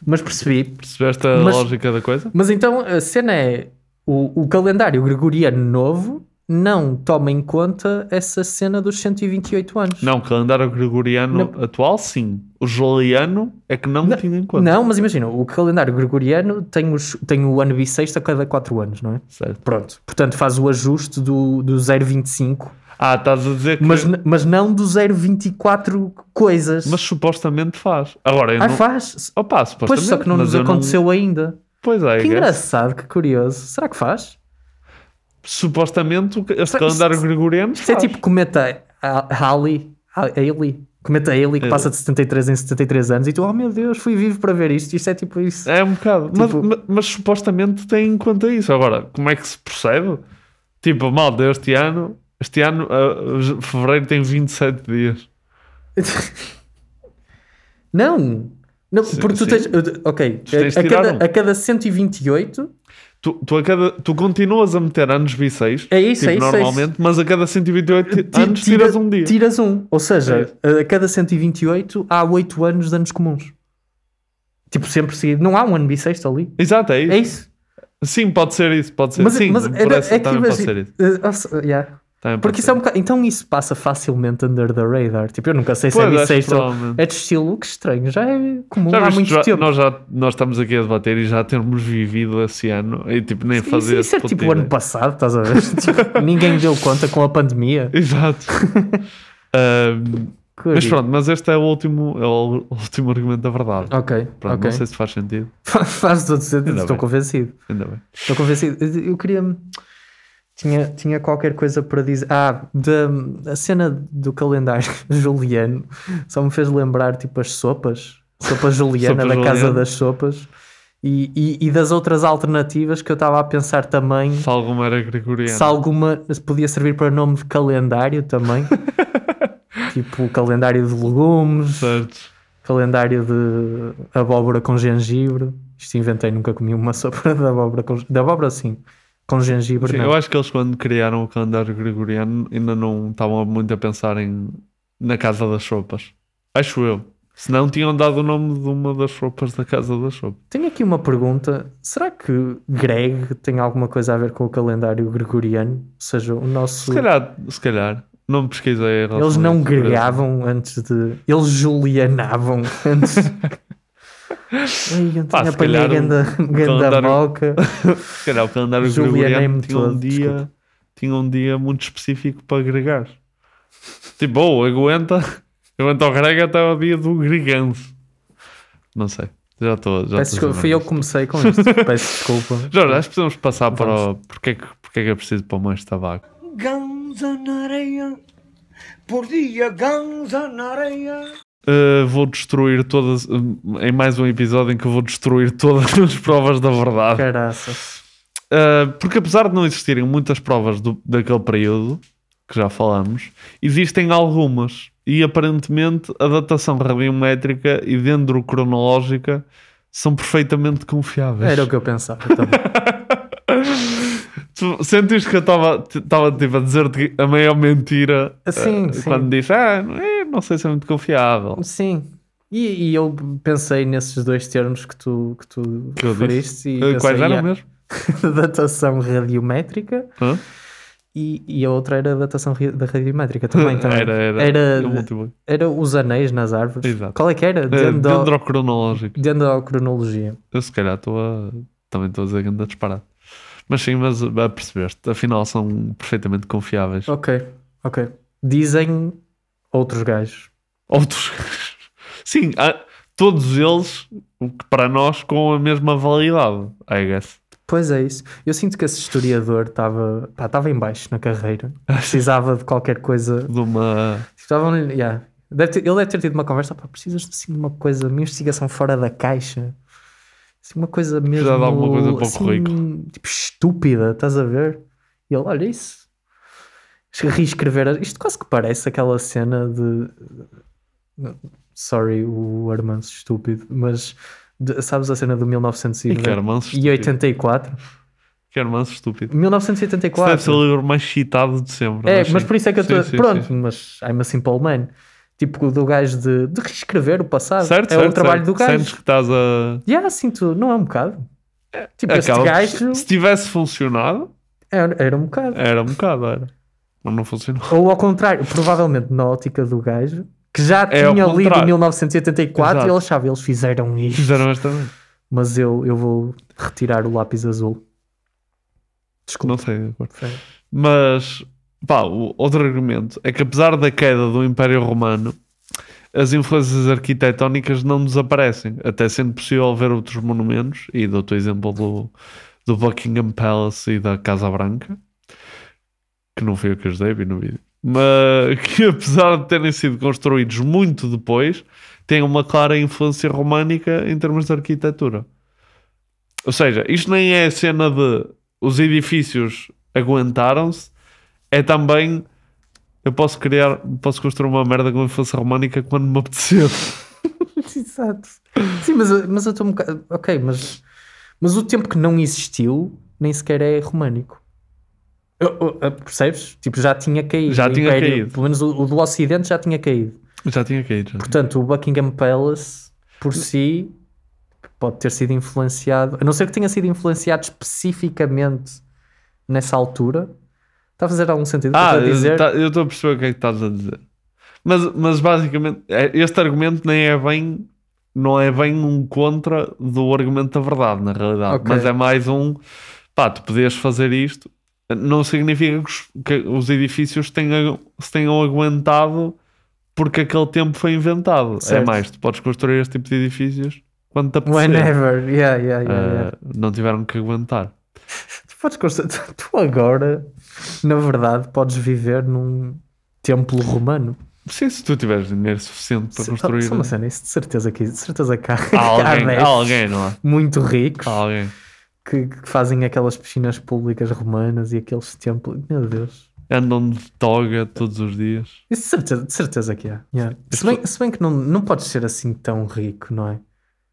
Speaker 10: mas percebi.
Speaker 9: Percebeste a
Speaker 10: Mas-
Speaker 9: lógica da coisa?
Speaker 10: Mas então a cena é: o, o calendário gregoriano novo não toma em conta essa cena dos 128 anos.
Speaker 9: Não, calendário gregoriano atual, sim. O juliano é que não, tinha em conta.
Speaker 10: Não, mas imagina, o calendário gregoriano tem, os, tem o ano bissexto a cada 4 anos, não é?
Speaker 9: Certo.
Speaker 10: Pronto. Portanto, faz o ajuste do, do 0,25,
Speaker 9: Ah, estás a dizer que.
Speaker 10: mas, n- mas não do 0,24 coisas.
Speaker 9: Mas supostamente faz. Agora, eu
Speaker 10: ah,
Speaker 9: não...
Speaker 10: faz?
Speaker 9: Opa, supostamente.
Speaker 10: Pois só que não
Speaker 9: mas
Speaker 10: nos
Speaker 9: eu
Speaker 10: aconteceu ainda.
Speaker 9: Pois é, I
Speaker 10: Que
Speaker 9: guess.
Speaker 10: engraçado, que curioso. Será que faz?
Speaker 9: Supostamente o- este
Speaker 10: Isto-
Speaker 9: calendário gregoriano.
Speaker 10: Isto é tipo cometa Halley, Haley, cometa Haley que
Speaker 9: Halley.
Speaker 10: passa de 73 em 73 anos e tu, oh meu Deus, fui vivo para ver isto. Isto é tipo isso.
Speaker 9: É um bocado. Mas-
Speaker 10: tipo-
Speaker 9: Mas, mas supostamente tem em conta isso. Agora, como é que se percebe? Tipo, malta, este ano. Este ano, ah, fevereiro tem 27 dias.
Speaker 10: Não! Não,
Speaker 9: Sim,
Speaker 10: porque tu
Speaker 9: sim.
Speaker 10: tens. Ok,
Speaker 9: tens de
Speaker 10: a,
Speaker 9: tirar
Speaker 10: cada,
Speaker 9: um.
Speaker 10: a cada 128
Speaker 9: Tu, tu, a cada, tu continuas a meter anos bissextos,
Speaker 10: É isso,
Speaker 9: tipo,
Speaker 10: é isso, é isso.
Speaker 9: normalmente, mas a cada 128
Speaker 10: ti-
Speaker 9: anos
Speaker 10: tira-
Speaker 9: tiras um dia.
Speaker 10: Tiras um. Ou seja,
Speaker 9: É
Speaker 10: a cada 128 há 8 anos de anos comuns. Tipo, sempre seguido. Não há um ano bissexto ali.
Speaker 9: Exato, é isso.
Speaker 10: É isso.
Speaker 9: Sim, pode ser isso, pode ser.
Speaker 10: Mas,
Speaker 9: Sim,
Speaker 10: mas
Speaker 9: por
Speaker 10: era-
Speaker 9: essa
Speaker 10: é que
Speaker 9: também pode
Speaker 10: imagina-
Speaker 9: ser isso.
Speaker 10: eh, ou se- yeah.
Speaker 9: Também pode
Speaker 10: Porque isso é um bocado, então isso passa facilmente under the radar. Tipo, eu nunca sei se
Speaker 9: Pois,
Speaker 10: é
Speaker 9: acho que
Speaker 10: bissexto.
Speaker 9: provavelmente.
Speaker 10: É de estilo que estranho. Já é comum
Speaker 9: Já
Speaker 10: há
Speaker 9: viste,
Speaker 10: muito
Speaker 9: já-
Speaker 10: tempo.
Speaker 9: Nós, já, nós estamos aqui a debater e já termos vivido esse ano e tipo nem
Speaker 10: Isso,
Speaker 9: fazer
Speaker 10: isso é
Speaker 9: puta
Speaker 10: tipo o
Speaker 9: ideia.
Speaker 10: ano passado, estás a ver? Tipo, ninguém deu conta com a pandemia.
Speaker 9: Exato. Ahm, mas
Speaker 10: Curioso.
Speaker 9: pronto, mas este é o último, é o último argumento da verdade.
Speaker 10: Ok,
Speaker 9: Pronto,
Speaker 10: Ah, ok.
Speaker 9: Não sei se faz sentido.
Speaker 10: Faz todo sentido,
Speaker 9: Ainda
Speaker 10: estou
Speaker 9: bem.
Speaker 10: convencido.
Speaker 9: Ainda bem.
Speaker 10: Estou convencido. Eu- Eu queria. Tinha, tinha qualquer coisa para dizer. Ah, da, a cena do calendário juliano só me fez lembrar tipo as sopas. Sopa juliana
Speaker 9: Sopa
Speaker 10: da Casa
Speaker 9: juliana.
Speaker 10: das Sopas. E, e, e das outras alternativas que eu estava a pensar também.
Speaker 9: Se alguma era gregoriana.
Speaker 10: Se alguma podia servir para nome de calendário também. tipo calendário de legumes.
Speaker 9: Certo.
Speaker 10: Calendário de abóbora com gengibre. Isto inventei, nunca comi uma sopa de abóbora com De abóbora sim. Com gengibre.
Speaker 9: Sim,
Speaker 10: não.
Speaker 9: eu acho que eles quando criaram o calendário gregoriano ainda não estavam muito a pensar em na casa das sopas. Acho eu. Se não tinham dado o nome de uma das sopas da casa das sopas.
Speaker 10: Tenho aqui uma pergunta. Será que Greg tem alguma coisa a ver com o calendário gregoriano? Ou seja, o nosso.
Speaker 9: Se calhar, se calhar. Não pesquisei. em relação
Speaker 10: Eles
Speaker 9: a
Speaker 10: não
Speaker 9: isso, por exemplo.
Speaker 10: gregavam antes de. Eles julianavam antes. Ai, eu
Speaker 9: Pá,
Speaker 10: tinha
Speaker 9: se calhar
Speaker 10: apanhei ganda,
Speaker 9: o- o
Speaker 10: ganda
Speaker 9: calendário-
Speaker 10: boca.
Speaker 9: Se calhar o calendário
Speaker 10: Julianei-me
Speaker 9: gregoriano tinha um
Speaker 10: todo,
Speaker 9: dia tinha um dia muito específico para agregar. Tipo, ou aguenta, aguenta o grego até o dia do greganço. Não sei. Já estou. Já
Speaker 10: Peço
Speaker 9: estou
Speaker 10: desculpa,
Speaker 9: a
Speaker 10: fui eu que comecei com isto. Peço desculpa.
Speaker 9: Jorge, acho que precisamos passar para o. Porquê é que, porque é que eu preciso para mais tabaco?
Speaker 15: Ganza na areia, por dia ganza na areia.
Speaker 9: Uh, vou destruir todas. Em mais um episódio em que eu vou destruir todas as provas da verdade.
Speaker 10: Caraças.
Speaker 9: Uh, porque apesar de não existirem muitas provas do- daquele período, que já falámos, existem algumas. E aparentemente a datação radiométrica e dendrocronológica são perfeitamente confiáveis.
Speaker 10: Era o que eu pensava também.
Speaker 9: Tu sentiste que eu estava tipo, a dizer-te a maior mentira
Speaker 10: Ah, sim,
Speaker 9: eh,
Speaker 10: sim.
Speaker 9: quando disse, ah, não, é- não sei se é muito confiável.
Speaker 10: Sim. E, e eu pensei nesses dois termos que tu, que tu
Speaker 9: Que eu disse?
Speaker 10: referiste. E
Speaker 9: Eh,
Speaker 10: pensei,
Speaker 9: quais eram
Speaker 10: ah,
Speaker 9: mesmo?
Speaker 10: datação radiométrica.
Speaker 9: Hã?
Speaker 10: E, e a outra era a datação ri- da radiométrica também. também.
Speaker 9: Era, era.
Speaker 10: Era,
Speaker 9: Eu multiplico.
Speaker 10: era os anéis nas árvores.
Speaker 9: Exato.
Speaker 10: Qual é que era?
Speaker 9: Eh,
Speaker 10: Dendro-
Speaker 9: dendrocronológico.
Speaker 10: Dendrocronologia.
Speaker 9: Eu se calhar estou a. Também estou a dizer que anda disparado. Mas sim, mas a percebeste. Afinal são perfeitamente confiáveis.
Speaker 10: Ok, ok. Dizem outros gajos.
Speaker 9: Outros. Sim, há- todos eles, o que para nós, com a mesma validade, I guess.
Speaker 10: Pois é isso. Eu sinto que esse historiador estava pá, estava em baixo na carreira. Precisava de qualquer coisa.
Speaker 9: De uma.
Speaker 10: Estavam, yeah. Deve ter- ele deve ter tido uma conversa. Pá, precisas assim, de uma coisa, uma investigação fora da caixa. Assim, uma coisa mesmo.
Speaker 9: Precisava de alguma coisa para o
Speaker 10: assim,
Speaker 9: currículo.
Speaker 10: Tipo, estúpida, estás a ver? E ele, olha isso. Reescrever. as- Isto quase que parece aquela cena de. Sorry, o Armanço estúpido, mas de- sabes a cena do
Speaker 9: E que Armanço estúpido.
Speaker 10: 1984?
Speaker 9: Que armanço estúpido.
Speaker 10: 1984.
Speaker 9: Esse deve ser o livro mais citado de sempre.
Speaker 10: É,
Speaker 9: sim.
Speaker 10: mas por isso é que eu
Speaker 9: Sim,
Speaker 10: estou.
Speaker 9: sim,
Speaker 10: Pronto,
Speaker 9: sim.
Speaker 10: mas I'm a simple man. Tipo do gajo de, de reescrever o passado.
Speaker 9: Certo,
Speaker 10: é
Speaker 9: certo,
Speaker 10: o trabalho
Speaker 9: certo.
Speaker 10: do gajo.
Speaker 9: Sentes que estás a.
Speaker 10: Yeah, sinto, não é um bocado. Tipo, este
Speaker 9: Acaba-
Speaker 10: gajo
Speaker 9: Se tivesse funcionado,
Speaker 10: era, era um bocado.
Speaker 9: era um bocado, era. Mas não funcionou.
Speaker 10: Ou ao contrário, provavelmente na ótica do gajo, que já
Speaker 9: É ao
Speaker 10: tinha lido
Speaker 9: contrário.
Speaker 10: 1984
Speaker 9: Exato.
Speaker 10: e ele achava, eles fizeram isto.
Speaker 9: Fizeram esta merda.
Speaker 10: Mas eu, eu vou retirar o lápis azul.
Speaker 9: Não sei. de acordo. Mas, pá, o outro argumento é que apesar da queda do Império Romano, as influências arquitetónicas não desaparecem, até sendo possível ver outros monumentos, e dou-te o exemplo do, do Buckingham Palace e da Casa Branca, que não foi o que ajudei, vi no vídeo, mas que apesar de terem sido construídos muito depois, têm uma clara influência românica em termos de arquitetura. Ou seja, isto nem é a cena de os edifícios aguentaram-se, é também eu posso criar, posso construir uma merda com influência românica quando me apetecer.
Speaker 10: Exato. Sim, mas, eu- mas eu estou um bocado. Ok, mas, mas o tempo que não existiu nem sequer é românico. Eu- eu- eu- percebes? Tipo, já tinha caído.
Speaker 9: Já
Speaker 10: o
Speaker 9: tinha caído.
Speaker 10: Pelo menos o, o do Ocidente já tinha caído.
Speaker 9: Já tinha caído. já.
Speaker 10: Portanto, o Buckingham Palace, por si, pode ter sido influenciado. A não ser que tenha sido influenciado especificamente nessa altura. Está a fazer algum sentido? o que eu
Speaker 9: Ah,
Speaker 10: estou a dizer?
Speaker 9: eu tá- eu estou a perceber o que é que estás a dizer. Mas, mas basicamente, é- este argumento nem é bem, não é bem um contra do argumento da verdade, na realidade.
Speaker 10: Ok.
Speaker 9: Mas é mais um, pá, tu podias fazer isto, não significa que os, que os edifícios tenham, se tenham aguentado porque aquele tempo foi inventado. É
Speaker 10: Certo. é
Speaker 9: mais, tu podes construir este tipo de edifícios quando te apetecer.
Speaker 10: Whenever. Yeah, yeah, yeah, yeah.
Speaker 9: Ah, Não tiveram que aguentar.
Speaker 10: Tu podes constru- tu- Tu agora, na verdade, podes viver num templo romano.
Speaker 9: Sim, se tu tiveres dinheiro suficiente para
Speaker 10: Se-
Speaker 9: construir. né?
Speaker 10: Só uma cena, Ah, isso de certeza que, de certeza que há,
Speaker 9: Há alguém,
Speaker 10: há
Speaker 9: há
Speaker 10: adeptos
Speaker 9: alguém, não é?
Speaker 10: muito ricos
Speaker 9: Há alguém.
Speaker 10: que, que fazem aquelas piscinas públicas romanas e aqueles templos. Meu Deus.
Speaker 9: Andam de toga todos os dias.
Speaker 10: Isso de certeza, de certeza que há. Yeah. Se, bem, se bem que não, não podes ser assim tão rico, não é?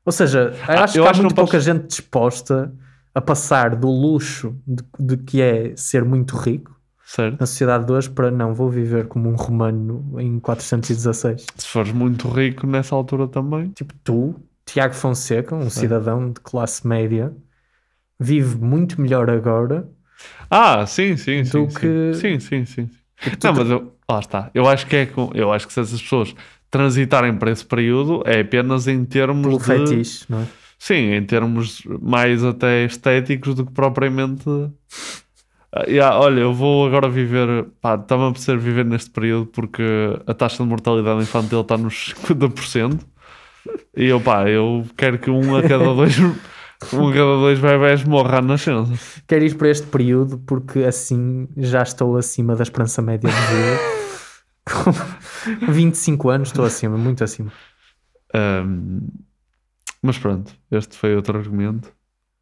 Speaker 10: Ou seja,
Speaker 9: Ah,
Speaker 10: acho
Speaker 9: eu
Speaker 10: que há
Speaker 9: acho que
Speaker 10: muito
Speaker 9: não
Speaker 10: pouca gente disposta a passar do luxo de, de que é ser muito rico
Speaker 9: Certo.
Speaker 10: na sociedade de hoje para não, vou viver como um romano em 416.
Speaker 9: Se fores muito rico nessa altura também.
Speaker 10: Tipo, tu, Tiago Fonseca, um
Speaker 9: Sim.
Speaker 10: cidadão de classe média, vive muito melhor agora
Speaker 9: Ah, sim, sim, sim.
Speaker 10: do
Speaker 9: sim.
Speaker 10: que.
Speaker 9: Sim, sim, sim. sim. Não, mas eu, lá está. Eu acho que é com, eu acho que se essas pessoas transitarem para esse período é apenas em termos
Speaker 10: Pelo
Speaker 9: de
Speaker 10: fetiche, não é?
Speaker 9: Sim, em termos mais até estéticos do que propriamente. Ah, yeah, olha, eu vou agora viver. Pá, está-me a apetecer viver neste período porque a taxa de mortalidade infantil está nos 50%. E eu, pá, eu quero que um a cada dois, um a cada dois bebés morra à nascença.
Speaker 10: Quero ir para este período porque assim já estou acima da esperança média de vida. Com 25 anos estou acima, muito acima.
Speaker 9: Ahm, mas pronto, este foi outro argumento.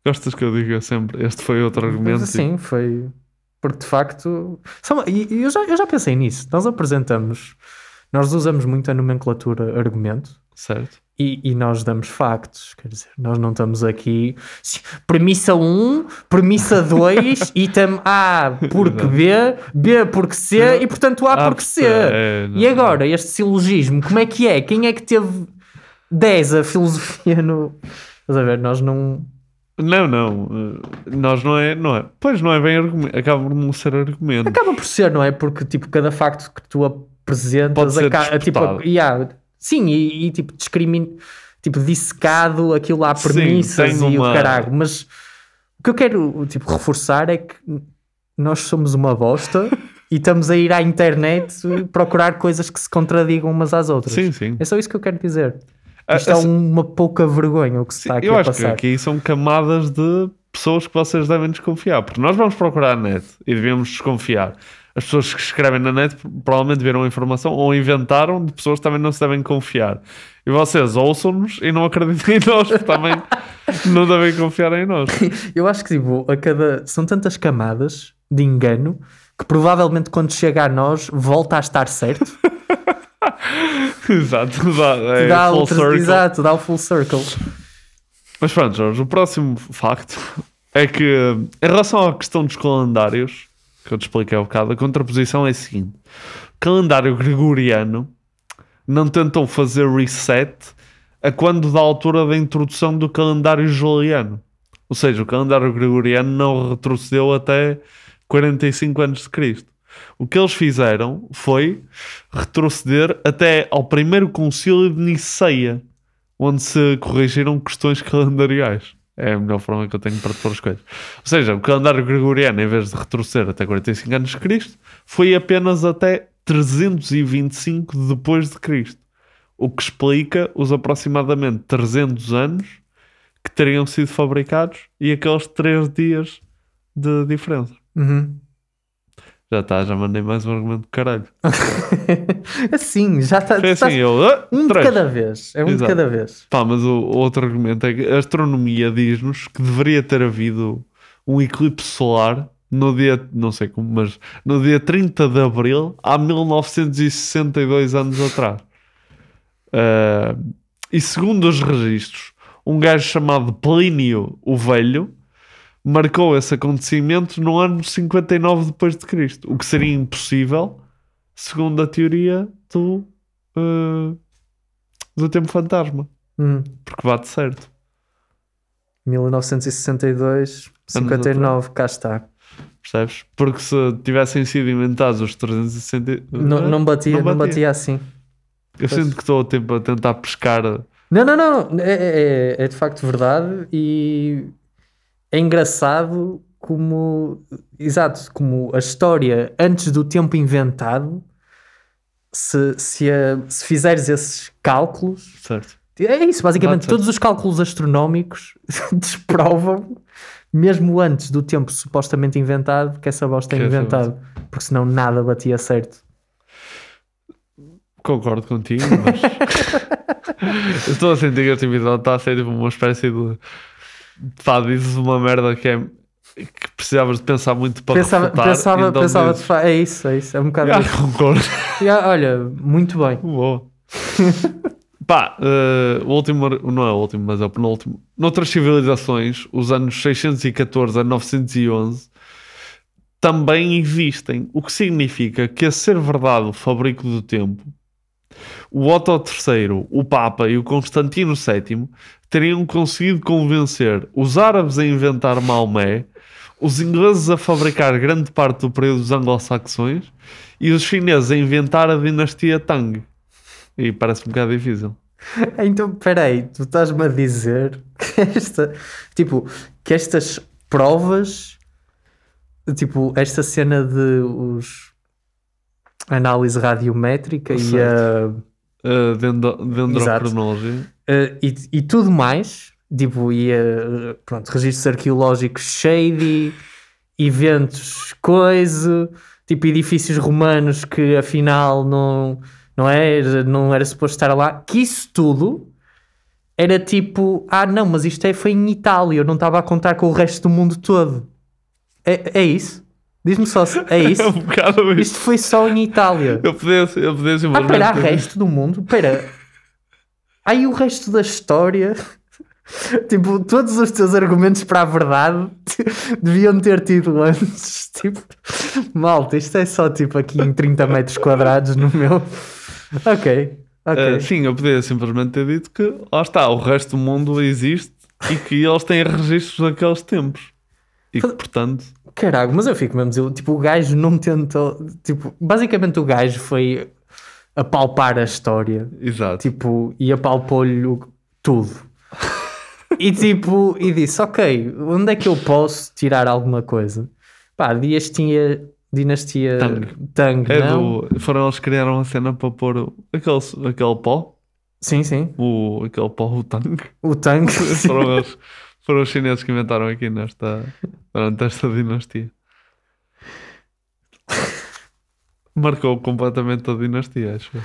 Speaker 9: Gostas que eu diga sempre? Este foi outro argumento.
Speaker 10: Mas assim, foi. Porque de facto. Só uma- E e eu já, eu já pensei nisso. Nós apresentamos. Nós usamos muito a nomenclatura argumento.
Speaker 9: Certo.
Speaker 10: E, e nós damos factos, quer dizer, nós não estamos aqui. "Sim, Premissa 1, premissa 2, item A porque B, B porque C e portanto A, porque C.
Speaker 9: Ah, é, não-
Speaker 10: e agora, este silogismo, como é que é? Quem é que teve 10 a filosofia no. Estás a ver, nós não.
Speaker 9: Não, não. eh, Nós não é, não é. Pois não é bem argumento. Acaba por não ser argumento.
Speaker 10: Acaba por ser, não é? Porque, tipo, cada facto que tu apresentas
Speaker 9: Pode ser
Speaker 10: aca- a- tipo,
Speaker 9: disputado.
Speaker 10: yeah, Sim, e, e, tipo, discrimin... tipo, dissecado aquilo há
Speaker 9: Sim,
Speaker 10: premissas
Speaker 9: tem
Speaker 10: e o
Speaker 9: uma-
Speaker 10: caralho. Mas o que eu quero, tipo, reforçar é que nós somos uma bosta e estamos a ir à internet procurar coisas que se contradigam umas às outras.
Speaker 9: Sim, sim.
Speaker 10: É só isso que eu quero dizer.
Speaker 9: Ah,
Speaker 10: Isto é
Speaker 9: assim-
Speaker 10: uma pouca vergonha o que se está aqui
Speaker 9: Eu
Speaker 10: a
Speaker 9: acho
Speaker 10: passar.
Speaker 9: que aqui são camadas de pessoas que vocês devem desconfiar. Porque nós vamos procurar na net e devemos desconfiar. As pessoas que escrevem na net provavelmente viram a informação ou inventaram de pessoas que também não se devem confiar. E vocês ouçam-nos e não acreditem em nós, porque também não devem confiar em nós.
Speaker 10: Eu acho que tipo, a cada. São tantas camadas de engano que provavelmente quando chega a nós volta a estar certo.
Speaker 9: Exato, dá, é
Speaker 10: dá
Speaker 9: full
Speaker 10: outras-
Speaker 9: circle.
Speaker 10: Exato, dá o full circle.
Speaker 9: Mas pronto, Jorge, o próximo facto é que, em relação à questão dos calendários, que eu te expliquei há bocado, a contraposição é a seguinte: o calendário gregoriano não tentou fazer reset a quando da altura da introdução do calendário juliano. Ou seja, o calendário gregoriano não retrocedeu até 45 anos de Cristo. O que eles fizeram foi retroceder até ao primeiro concílio de Niceia, onde se corrigiram questões calendariais. É a melhor forma que eu tenho para te pôr as coisas. Ou seja, o calendário gregoriano, em vez de retroceder até 45 anos de Cristo, foi apenas até 325 depois de Cristo. O que explica os aproximadamente 300 anos que teriam sido fabricados e aqueles 3 dias de diferença.
Speaker 10: Uhum.
Speaker 9: Já está, já mandei mais um argumento do caralho.
Speaker 10: Assim, já está.
Speaker 9: Foi assim, eu. ah,
Speaker 10: Um de
Speaker 9: três.
Speaker 10: cada vez. É um de
Speaker 9: Exato.
Speaker 10: cada vez.
Speaker 9: Pá, mas o, o outro argumento é que a astronomia diz-nos que deveria ter havido um eclipse solar no dia, não sei como, mas no dia 30 de abril há 1962 anos atrás. Ah, e segundo os registros, um gajo chamado Plínio o Velho marcou esse acontecimento no ano 59 depois de Cristo, o que seria impossível segundo a teoria do ah, do tempo fantasma.
Speaker 10: Hum.
Speaker 9: Porque bate certo.
Speaker 10: 1962, 59, cá está.
Speaker 9: Percebes? Porque se tivessem sido inventados os 360.
Speaker 10: Não, não, batia, não batia, assim.
Speaker 9: Eu sinto que estou o tempo a tentar pescar.
Speaker 10: Não, não, não. É, é- é- é de facto verdade e é engraçado como, exato, como a história antes do tempo inventado, se, se, a- se fizeres esses cálculos,
Speaker 9: Certo.
Speaker 10: é isso, basicamente,
Speaker 9: Bate.
Speaker 10: todos os cálculos astronómicos desprovam, mesmo antes do tempo supostamente inventado, que essa bosta é
Speaker 9: Que essa
Speaker 10: inventada, porque senão nada batia certo.
Speaker 9: Concordo contigo, mas. Estou a sentir que este episódio está a ser tipo uma espécie de. Pá, dizes uma merda que é. que precisavas de pensar muito para
Speaker 10: pensava,
Speaker 9: refutar,
Speaker 10: pensava,
Speaker 9: então
Speaker 10: pensava
Speaker 9: dizes-
Speaker 10: de fa- é isso, é isso, é um bocado
Speaker 9: Ah,
Speaker 10: isso.
Speaker 9: concordo.
Speaker 10: Já, olha, muito bem.
Speaker 9: Boa. Pá, eh, o último, não é o último, mas é o penúltimo. Noutras civilizações, os anos 614 a 911 também existem, o que significa que, a ser verdade o fabrico do tempo, o Otto III, o Papa e o Constantino VII teriam conseguido convencer os árabes a inventar Maomé, os ingleses a fabricar grande parte do período dos anglo-saxões e os chineses a inventar a dinastia Tang. E parece um bocado difícil.
Speaker 10: Então, peraí, tu estás-me a dizer que esta, tipo, que estas provas, tipo, esta cena de os a análise radiométrica e a
Speaker 9: Uh, dendro- dendrocronologia.
Speaker 10: Uh, e, e tudo mais, tipo, e, uh, pronto, registros arqueológicos shady, eventos coisa, tipo, edifícios romanos que afinal não, não, era, não era suposto estar lá, que isso tudo era tipo, ah não, mas isto é, foi em Itália, eu não estava a contar com o resto do mundo todo. É, é isso? Diz-me só, se- é isso?
Speaker 9: É um bocado isso.
Speaker 10: Isto foi só em Itália.
Speaker 9: Eu podia, eu podia
Speaker 10: Ah,
Speaker 9: simplesmente.
Speaker 10: pera, há resto do mundo? Pera. Aí o resto da história. Tipo, todos os teus argumentos para a verdade deviam ter tido antes. Tipo, malta, isto é só tipo aqui em 30 metros quadrados no meu. Ok, ok.
Speaker 9: Uh, sim, eu podia simplesmente ter dito que lá está, o resto do mundo existe e que eles têm registros daqueles tempos. E que, portanto,
Speaker 10: Caraca, mas eu fico mesmo desilu- Tipo, o gajo não tentou. Tipo, basicamente o gajo foi apalpar a história.
Speaker 9: Exato.
Speaker 10: Tipo, e apalpou-lhe o- tudo. e tipo, e disse: Ok, onde é que eu posso tirar alguma coisa? Pá, dinastia. Dinastia
Speaker 9: Tang.
Speaker 10: Tang,
Speaker 9: é
Speaker 10: não?
Speaker 9: do- foram eles que criaram uma cena para pôr o- aquele, aquele pó.
Speaker 10: Sim, sim.
Speaker 9: O, aquele pó, o tanque.
Speaker 10: O tanque. sim.
Speaker 9: foram, eles, foram os chineses que inventaram aqui nesta, durante esta dinastia. Marcou completamente a dinastia, acho. eu.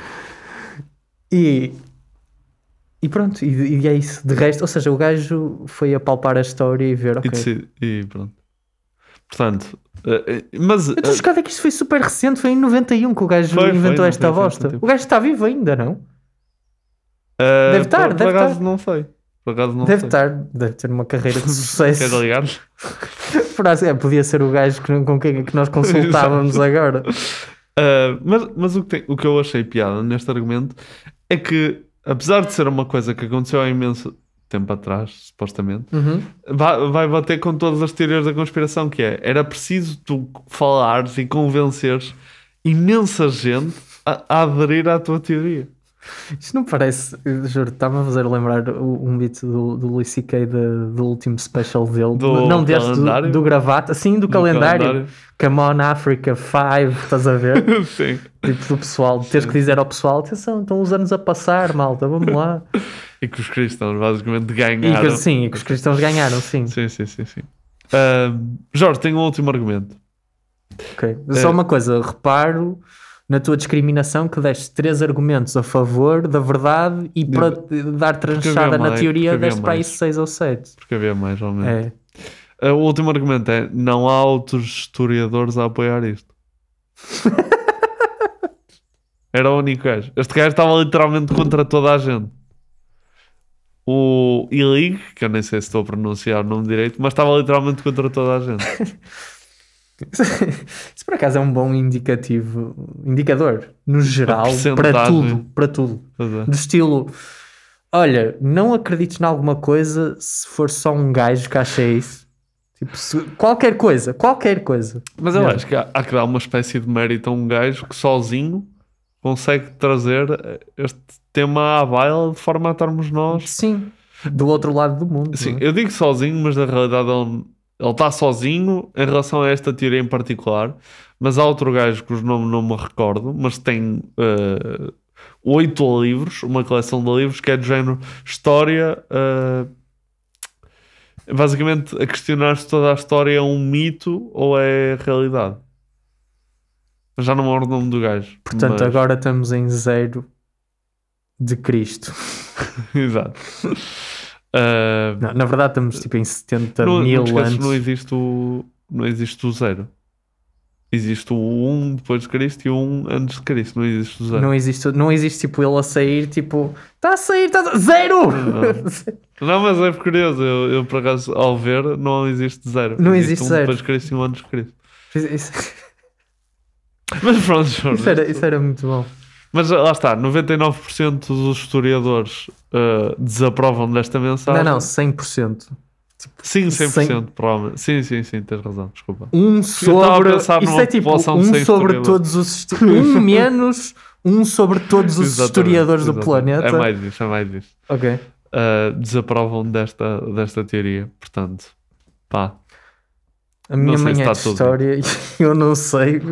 Speaker 10: E, e pronto, e, e é isso. De resto, ou seja, o gajo foi apalpar a história e ver,
Speaker 9: E,
Speaker 10: ok.
Speaker 9: decidi- e pronto. Portanto, eh, eh, mas.
Speaker 10: Eu estou
Speaker 9: eh,
Speaker 10: chocado é que isto foi super recente, foi em 91 que o gajo
Speaker 9: Foi, um, foi,
Speaker 10: inventou
Speaker 9: não
Speaker 10: esta
Speaker 9: foi, foi,
Speaker 10: bosta.
Speaker 9: foi,
Speaker 10: o gajo está vivo ainda, não?
Speaker 9: eh,
Speaker 10: deve estar,
Speaker 9: por,
Speaker 10: deve
Speaker 9: por acaso
Speaker 10: estar.
Speaker 9: não sei. Por acaso não
Speaker 10: deve
Speaker 9: sei.
Speaker 10: estar, deve ter uma carreira de sucesso.
Speaker 9: Queres ligar?
Speaker 10: Por acaso, é, podia ser o gajo que, com quem que nós consultávamos
Speaker 9: Exato.
Speaker 10: agora.
Speaker 9: Uh, mas mas o, que tem- o que eu achei piada neste argumento é que, apesar de ser uma coisa que aconteceu há imenso tempo atrás, supostamente,
Speaker 10: Uhum.
Speaker 9: vai, vai bater com todas as teorias da conspiração, que é, era preciso tu falares e convenceres imensa gente a, a aderir à tua teoria.
Speaker 10: Isto não parece, eu juro, está-me a fazer lembrar o- um beat do, do Louis C.K. do, do último special dele.
Speaker 9: Do
Speaker 10: não deste do,
Speaker 9: calendário?
Speaker 10: do gravata, sim, do,
Speaker 9: Do
Speaker 10: calendário.
Speaker 9: calendário.
Speaker 10: Come on Africa 5, estás a ver?
Speaker 9: Sim.
Speaker 10: tipo do pessoal, teres que dizer ao pessoal: atenção, estão os anos a passar, malta, vamos lá.
Speaker 9: E que os cristãos basicamente
Speaker 10: E
Speaker 9: ganharam.
Speaker 10: que, sim, e que os cristãos ganharam, sim.
Speaker 9: Sim, sim, sim, sim. Uh, Jorge, tenho um último argumento.
Speaker 10: Ok. Só
Speaker 9: Eh,
Speaker 10: uma coisa, reparo na tua discriminação que deste três argumentos a favor da verdade e para dar tranchada
Speaker 9: havia
Speaker 10: na
Speaker 9: mais,
Speaker 10: teoria
Speaker 9: porque havia
Speaker 10: deste para aí
Speaker 9: mais. Hum.
Speaker 10: seis ou sete.
Speaker 9: Porque havia mais,
Speaker 10: É.
Speaker 9: realmente. Uh, o último argumento é: não há outros historiadores a apoiar isto. Era o único gajo. Este gajo estava literalmente contra toda a gente. O Ilig, que eu nem sei se estou a pronunciar o nome direito, mas estava literalmente contra toda a gente.
Speaker 10: Isso por acaso é um bom indicativo, indicador, no geral, para
Speaker 9: percentagem.
Speaker 10: tudo, para tudo.
Speaker 9: Pois é.
Speaker 10: Do estilo, olha, não acredites em alguma coisa se for só um gajo que acha isso. Tipo, se- qualquer coisa, qualquer coisa.
Speaker 9: Mas eu
Speaker 10: Mesmo.
Speaker 9: acho que há, há que dar uma espécie de mérito a um gajo que sozinho consegue trazer este tema à baila de forma a estarmos nós.
Speaker 10: Sim, do outro lado do mundo.
Speaker 9: Sim,
Speaker 10: não é?
Speaker 9: Assim, eu digo sozinho, mas na realidade ele, ele está sozinho em relação a esta teoria em particular. Mas há outro gajo cujo nome não me recordo, mas tem eh, oito livros, uma coleção de livros que é do género história. eh, basicamente, a questionar se toda a história é um mito ou é realidade. Mas Já não me lembro o nome do gajo.
Speaker 10: Portanto,
Speaker 9: mas-
Speaker 10: agora estamos em zero de Cristo.
Speaker 9: Exato. Ah,
Speaker 10: Não, na verdade, estamos tipo em 70
Speaker 9: não,
Speaker 10: mil
Speaker 9: não, te esqueças,
Speaker 10: antes.
Speaker 9: não existe o não existe o zero. Existe o um depois de Cristo e o um antes de Cristo. Não existe o zero.
Speaker 10: Não existe, não existe tipo ele a sair, tipo, está a sair, está a... zero!
Speaker 9: Não, Não, mas é curioso. Eu, eu, por acaso, ao ver, não existe zero.
Speaker 10: Não existe
Speaker 9: um
Speaker 10: zero.
Speaker 9: depois de Cristo e um antes de Cristo.
Speaker 10: Isso,
Speaker 9: Mas pronto, Jorge.
Speaker 10: isso era, isso era muito bom.
Speaker 9: Mas lá está, 99% dos historiadores ah, desaprovam desta
Speaker 10: Não,
Speaker 9: mensagem.
Speaker 10: não, 100%.
Speaker 9: Sim, 100%,
Speaker 10: cem-
Speaker 9: provavelmente. Sim, sim, sim, tens razão, desculpa.
Speaker 10: Um
Speaker 9: Eu estava a
Speaker 10: sobre.
Speaker 9: pensar
Speaker 10: Isso
Speaker 9: numa
Speaker 10: é tipo
Speaker 9: população de
Speaker 10: um
Speaker 9: cem
Speaker 10: sobre
Speaker 9: historiadores.
Speaker 10: todos os. histo- Um menos um sobre todos os
Speaker 9: Exatamente,
Speaker 10: historiadores do
Speaker 9: exatamente.
Speaker 10: planeta.
Speaker 9: É mais isso, é mais isso.
Speaker 10: Ok.
Speaker 9: Ah, desaprovam desta, desta teoria, portanto, pá.
Speaker 10: A
Speaker 9: não
Speaker 10: minha
Speaker 9: sei
Speaker 10: mãe
Speaker 9: se
Speaker 10: é
Speaker 9: está
Speaker 10: de
Speaker 9: tudo.
Speaker 10: história e eu não sei.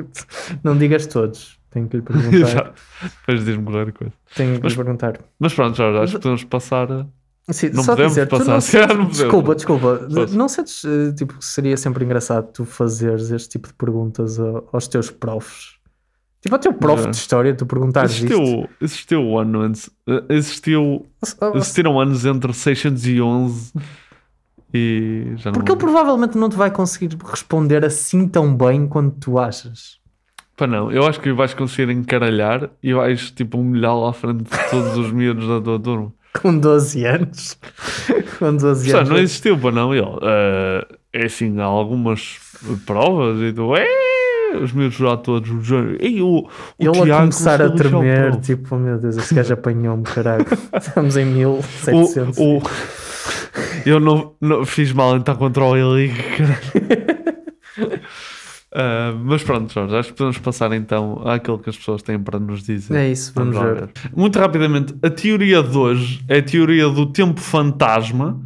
Speaker 10: Não digas todos. Tenho que lhe perguntar.
Speaker 9: Exato. Depois diz-me qualquer coisa.
Speaker 10: Tenho que
Speaker 9: Mas-
Speaker 10: lhe perguntar.
Speaker 9: Mas pronto, Jorge, acho que podemos passar. a-
Speaker 10: Sim,
Speaker 9: não
Speaker 10: só
Speaker 9: podemos
Speaker 10: dizer, tu
Speaker 9: passar,
Speaker 10: não
Speaker 9: se calhar não
Speaker 10: sentes- desculpa,
Speaker 9: podemos.
Speaker 10: desculpa.
Speaker 9: Força.
Speaker 10: Não sentes eh, tipo, que seria sempre engraçado tu fazeres este tipo de perguntas a- aos teus profs? Tipo, ao teu prof
Speaker 9: Já.
Speaker 10: de história, tu perguntares isto.
Speaker 9: Existiu, existiu um ano antes. eh, Existiu, existiram anos entre 611 e. Já não
Speaker 10: Porque ele provavelmente não te vai conseguir responder assim tão bem quanto tu achas.
Speaker 9: Pá, não, eu acho que vais conseguir encaralhar e vais tipo humilhá-lo à frente de todos os miúdos da tua turma.
Speaker 10: Com 12 anos. Com 12
Speaker 9: Pessoal,
Speaker 10: anos.
Speaker 9: não existiu, pá, não. Ele, ah, é assim, há algumas provas e tu, "É", os miúdos já todos. E o, o
Speaker 10: Ele
Speaker 9: Tiago
Speaker 10: a começar
Speaker 9: conseguiu lixar
Speaker 10: a
Speaker 9: o
Speaker 10: tremer,
Speaker 9: prof."
Speaker 10: tipo, meu Deus, esse gajo apanhou-me, caralho. Estamos em 1700.
Speaker 9: O, o- eu não, não- fiz mal em estar contra o E-League, caralho. Ah, mas pronto, Jorge, acho que podemos passar então àquilo que as pessoas têm para nos dizer.
Speaker 10: É isso, vamos
Speaker 9: lá
Speaker 10: ver.
Speaker 9: Muito rapidamente, a teoria de hoje é a teoria do tempo fantasma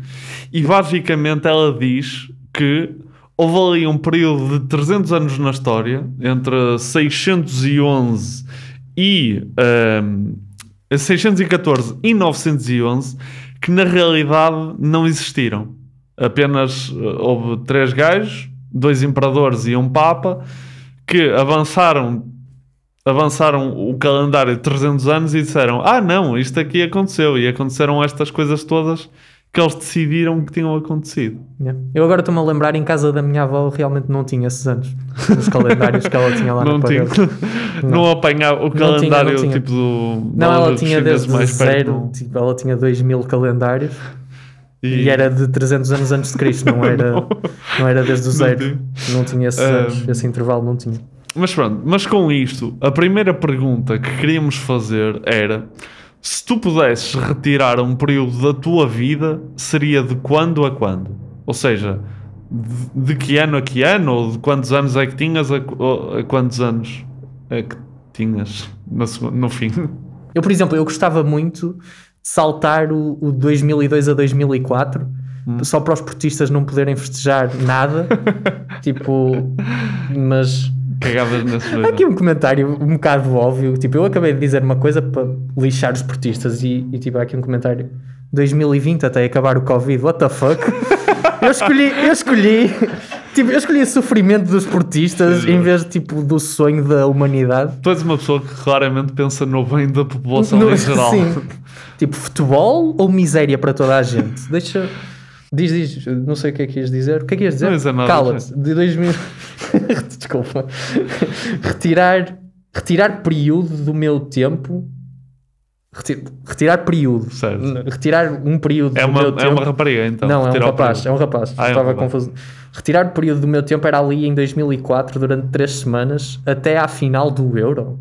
Speaker 9: e basicamente ela diz que houve ali um período de 300 anos na história, entre 611 e ahm, 614 e 911, que na realidade não existiram. Apenas eh, houve três gajos, dois imperadores e um papa, que avançaram avançaram o calendário de 300 anos e disseram: Ah, não, isto aqui aconteceu. E aconteceram estas coisas todas que eles decidiram que tinham acontecido.
Speaker 10: Yeah. Eu agora estou-me a lembrar, em casa da minha avó realmente não tinha esses anos. Nos calendários que ela tinha lá
Speaker 9: não,
Speaker 10: na
Speaker 9: tinha,
Speaker 10: parede.
Speaker 9: não. apanhava o
Speaker 10: tinha, não
Speaker 9: calendário
Speaker 10: tinha.
Speaker 9: tipo do.
Speaker 10: Não,
Speaker 9: da
Speaker 10: ela
Speaker 9: loja
Speaker 10: tinha
Speaker 9: chinesa perto,
Speaker 10: desde zero,
Speaker 9: não.
Speaker 10: tipo, ela tinha 2000 calendários e...
Speaker 9: E-
Speaker 10: era de 300 anos antes de Cristo, não era, não. era desde o
Speaker 9: Não
Speaker 10: zero.
Speaker 9: tinha.
Speaker 10: Não, tinha esses
Speaker 9: Ah.
Speaker 10: anos, esse intervalo não tinha.
Speaker 9: Mas pronto, mas com isto, a primeira pergunta que queríamos fazer era: se tu pudesses retirar um período da tua vida, seria de quando a quando? Ou seja, de, de que ano a que ano? Ou de quantos anos é que tinhas a, qu- ou a quantos anos é que tinhas na segu- no fim?
Speaker 10: Eu, por exemplo, eu gostava muito de saltar o, o 2002 a 2004
Speaker 9: Hum.
Speaker 10: só para os portistas não poderem festejar nada. tipo, mas.
Speaker 9: Cagavas nesses dois
Speaker 10: Há aqui
Speaker 9: anos.
Speaker 10: um comentário um bocado óbvio. Tipo, eu acabei de dizer uma coisa para lixar os portistas e, e tipo, há aqui um comentário. 2020 até acabar o Covid, what the fuck? eu escolhi, eu escolhi, tipo, eu escolhi o sofrimento dos portistas em vez tipo, do sonho da humanidade.
Speaker 9: Tu és uma pessoa que claramente pensa no bem da população
Speaker 10: No-
Speaker 9: em geral.
Speaker 10: Sim. Tipo, futebol ou miséria para toda a gente? Deixa. Diz, diz, eu não sei o que é que ias dizer. O que é que ias dizer?
Speaker 9: Não ia dizer nada,
Speaker 10: Cala-te. De 2000. Desculpa. Retirar, retirar período do meu tempo. Reti- Retirar período. N- Retirar um período
Speaker 9: É
Speaker 10: do
Speaker 9: uma,
Speaker 10: meu
Speaker 9: é
Speaker 10: tempo.
Speaker 9: uma rapariga então.
Speaker 10: não, é um
Speaker 9: Tirar o
Speaker 10: rapaz, é
Speaker 9: período.
Speaker 10: um rapaz.
Speaker 9: Ah, é um
Speaker 10: Estava
Speaker 9: rapaz.
Speaker 10: confuso. Retirar período do meu tempo era ali em 2004, durante três semanas, até à final do Euro.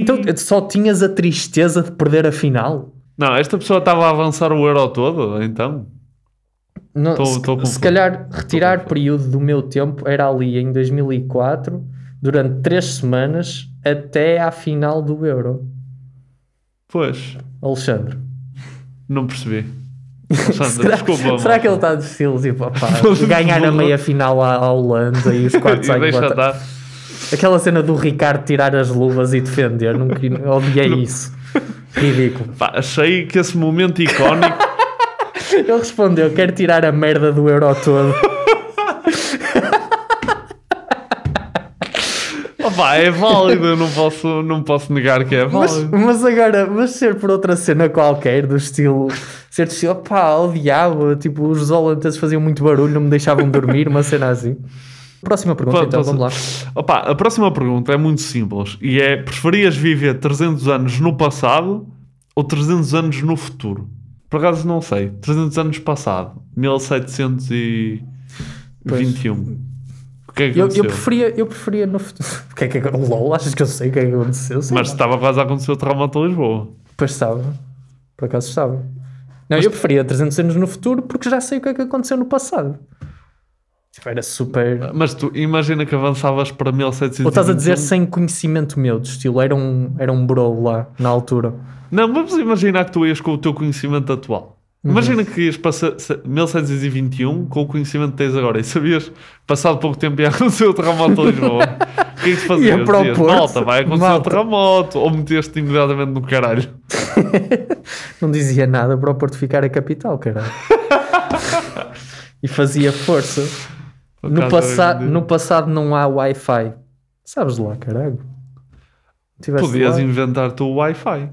Speaker 10: Então só tinhas a tristeza de perder a final?
Speaker 9: Não, esta pessoa estava a avançar o euro todo, então.
Speaker 10: Não,
Speaker 9: Tô-
Speaker 10: se,
Speaker 9: tô confuso.
Speaker 10: se calhar retirar período do meu tempo era ali em 2004, durante três semanas, até à final do Euro.
Speaker 9: Pois,
Speaker 10: Alexandre.
Speaker 9: não percebi. Alexandre,
Speaker 10: será,
Speaker 9: desculpa.
Speaker 10: será
Speaker 9: malta.
Speaker 10: que ele está de estilo tipo, opá, ganhar na meia final à, à Holanda e os quartos
Speaker 9: E
Speaker 10: à
Speaker 9: deixa
Speaker 10: Inglaterra?
Speaker 9: estar.
Speaker 10: Aquela cena do Ricardo tirar as luvas e defender, não, queria- odiei isso. Ridículo.
Speaker 9: Pá, achei que esse momento icónico.
Speaker 10: Ele respondeu: quero tirar a merda do Euro todo.
Speaker 9: Opa, Opa, é válido, eu não posso, não posso negar que é
Speaker 10: Mas,
Speaker 9: válido.
Speaker 10: mas agora, mas ser por outra cena qualquer, do estilo, ser do estilo, pá, o diabo, tipo, os holandeses faziam muito barulho, não me deixavam dormir, uma cena assim. Próxima pergunta,
Speaker 9: Pa-
Speaker 10: então,
Speaker 9: passa-
Speaker 10: vamos lá.
Speaker 9: Opa, a próxima pergunta é muito simples e é: preferias viver 300 anos no passado ou 300 anos no futuro? Por acaso não sei. 300 anos passado, 1721. O que é que
Speaker 10: Eu,
Speaker 9: aconteceu?
Speaker 10: eu, preferia, eu preferia no futuro. O que é que agora? LOL, achas que eu sei o que é que aconteceu? Sei
Speaker 9: Mas
Speaker 10: lá.
Speaker 9: estava quase a acontecer o terremoto de Lisboa.
Speaker 10: Pois estava. Por acaso estava. Não, eu preferia 300 anos no futuro porque já sei o que é que aconteceu no passado. Tipo, Era super.
Speaker 9: Mas tu imagina que avançavas para 1721.
Speaker 10: Ou estás a dizer sem conhecimento meu, de estilo, era um, era um bro lá na altura.
Speaker 9: Não, vamos imaginar que tu ias com o teu conhecimento atual.
Speaker 10: Uhum.
Speaker 9: Imagina que ias para se- se- 1721 com o conhecimento que tens agora e sabias, passado pouco tempo, ia acontecer o terremoto de Lisboa. O que é que tu fazias?
Speaker 10: Ia para o
Speaker 9: Dizias,
Speaker 10: Porto.
Speaker 9: Malta, vai acontecer
Speaker 10: Malta."
Speaker 9: o terremoto. Ou meteste-te imediatamente no caralho.
Speaker 10: Não dizia nada para o Porto ficar a capital, caralho. e fazia força.
Speaker 9: Por
Speaker 10: No,
Speaker 9: acaso era
Speaker 10: passa
Speaker 9: grande.
Speaker 10: no passado não há Wi-Fi. Sabes lá, caralho. Tiveste
Speaker 9: Podias
Speaker 10: lá.
Speaker 9: inventar-te o Wi-Fi.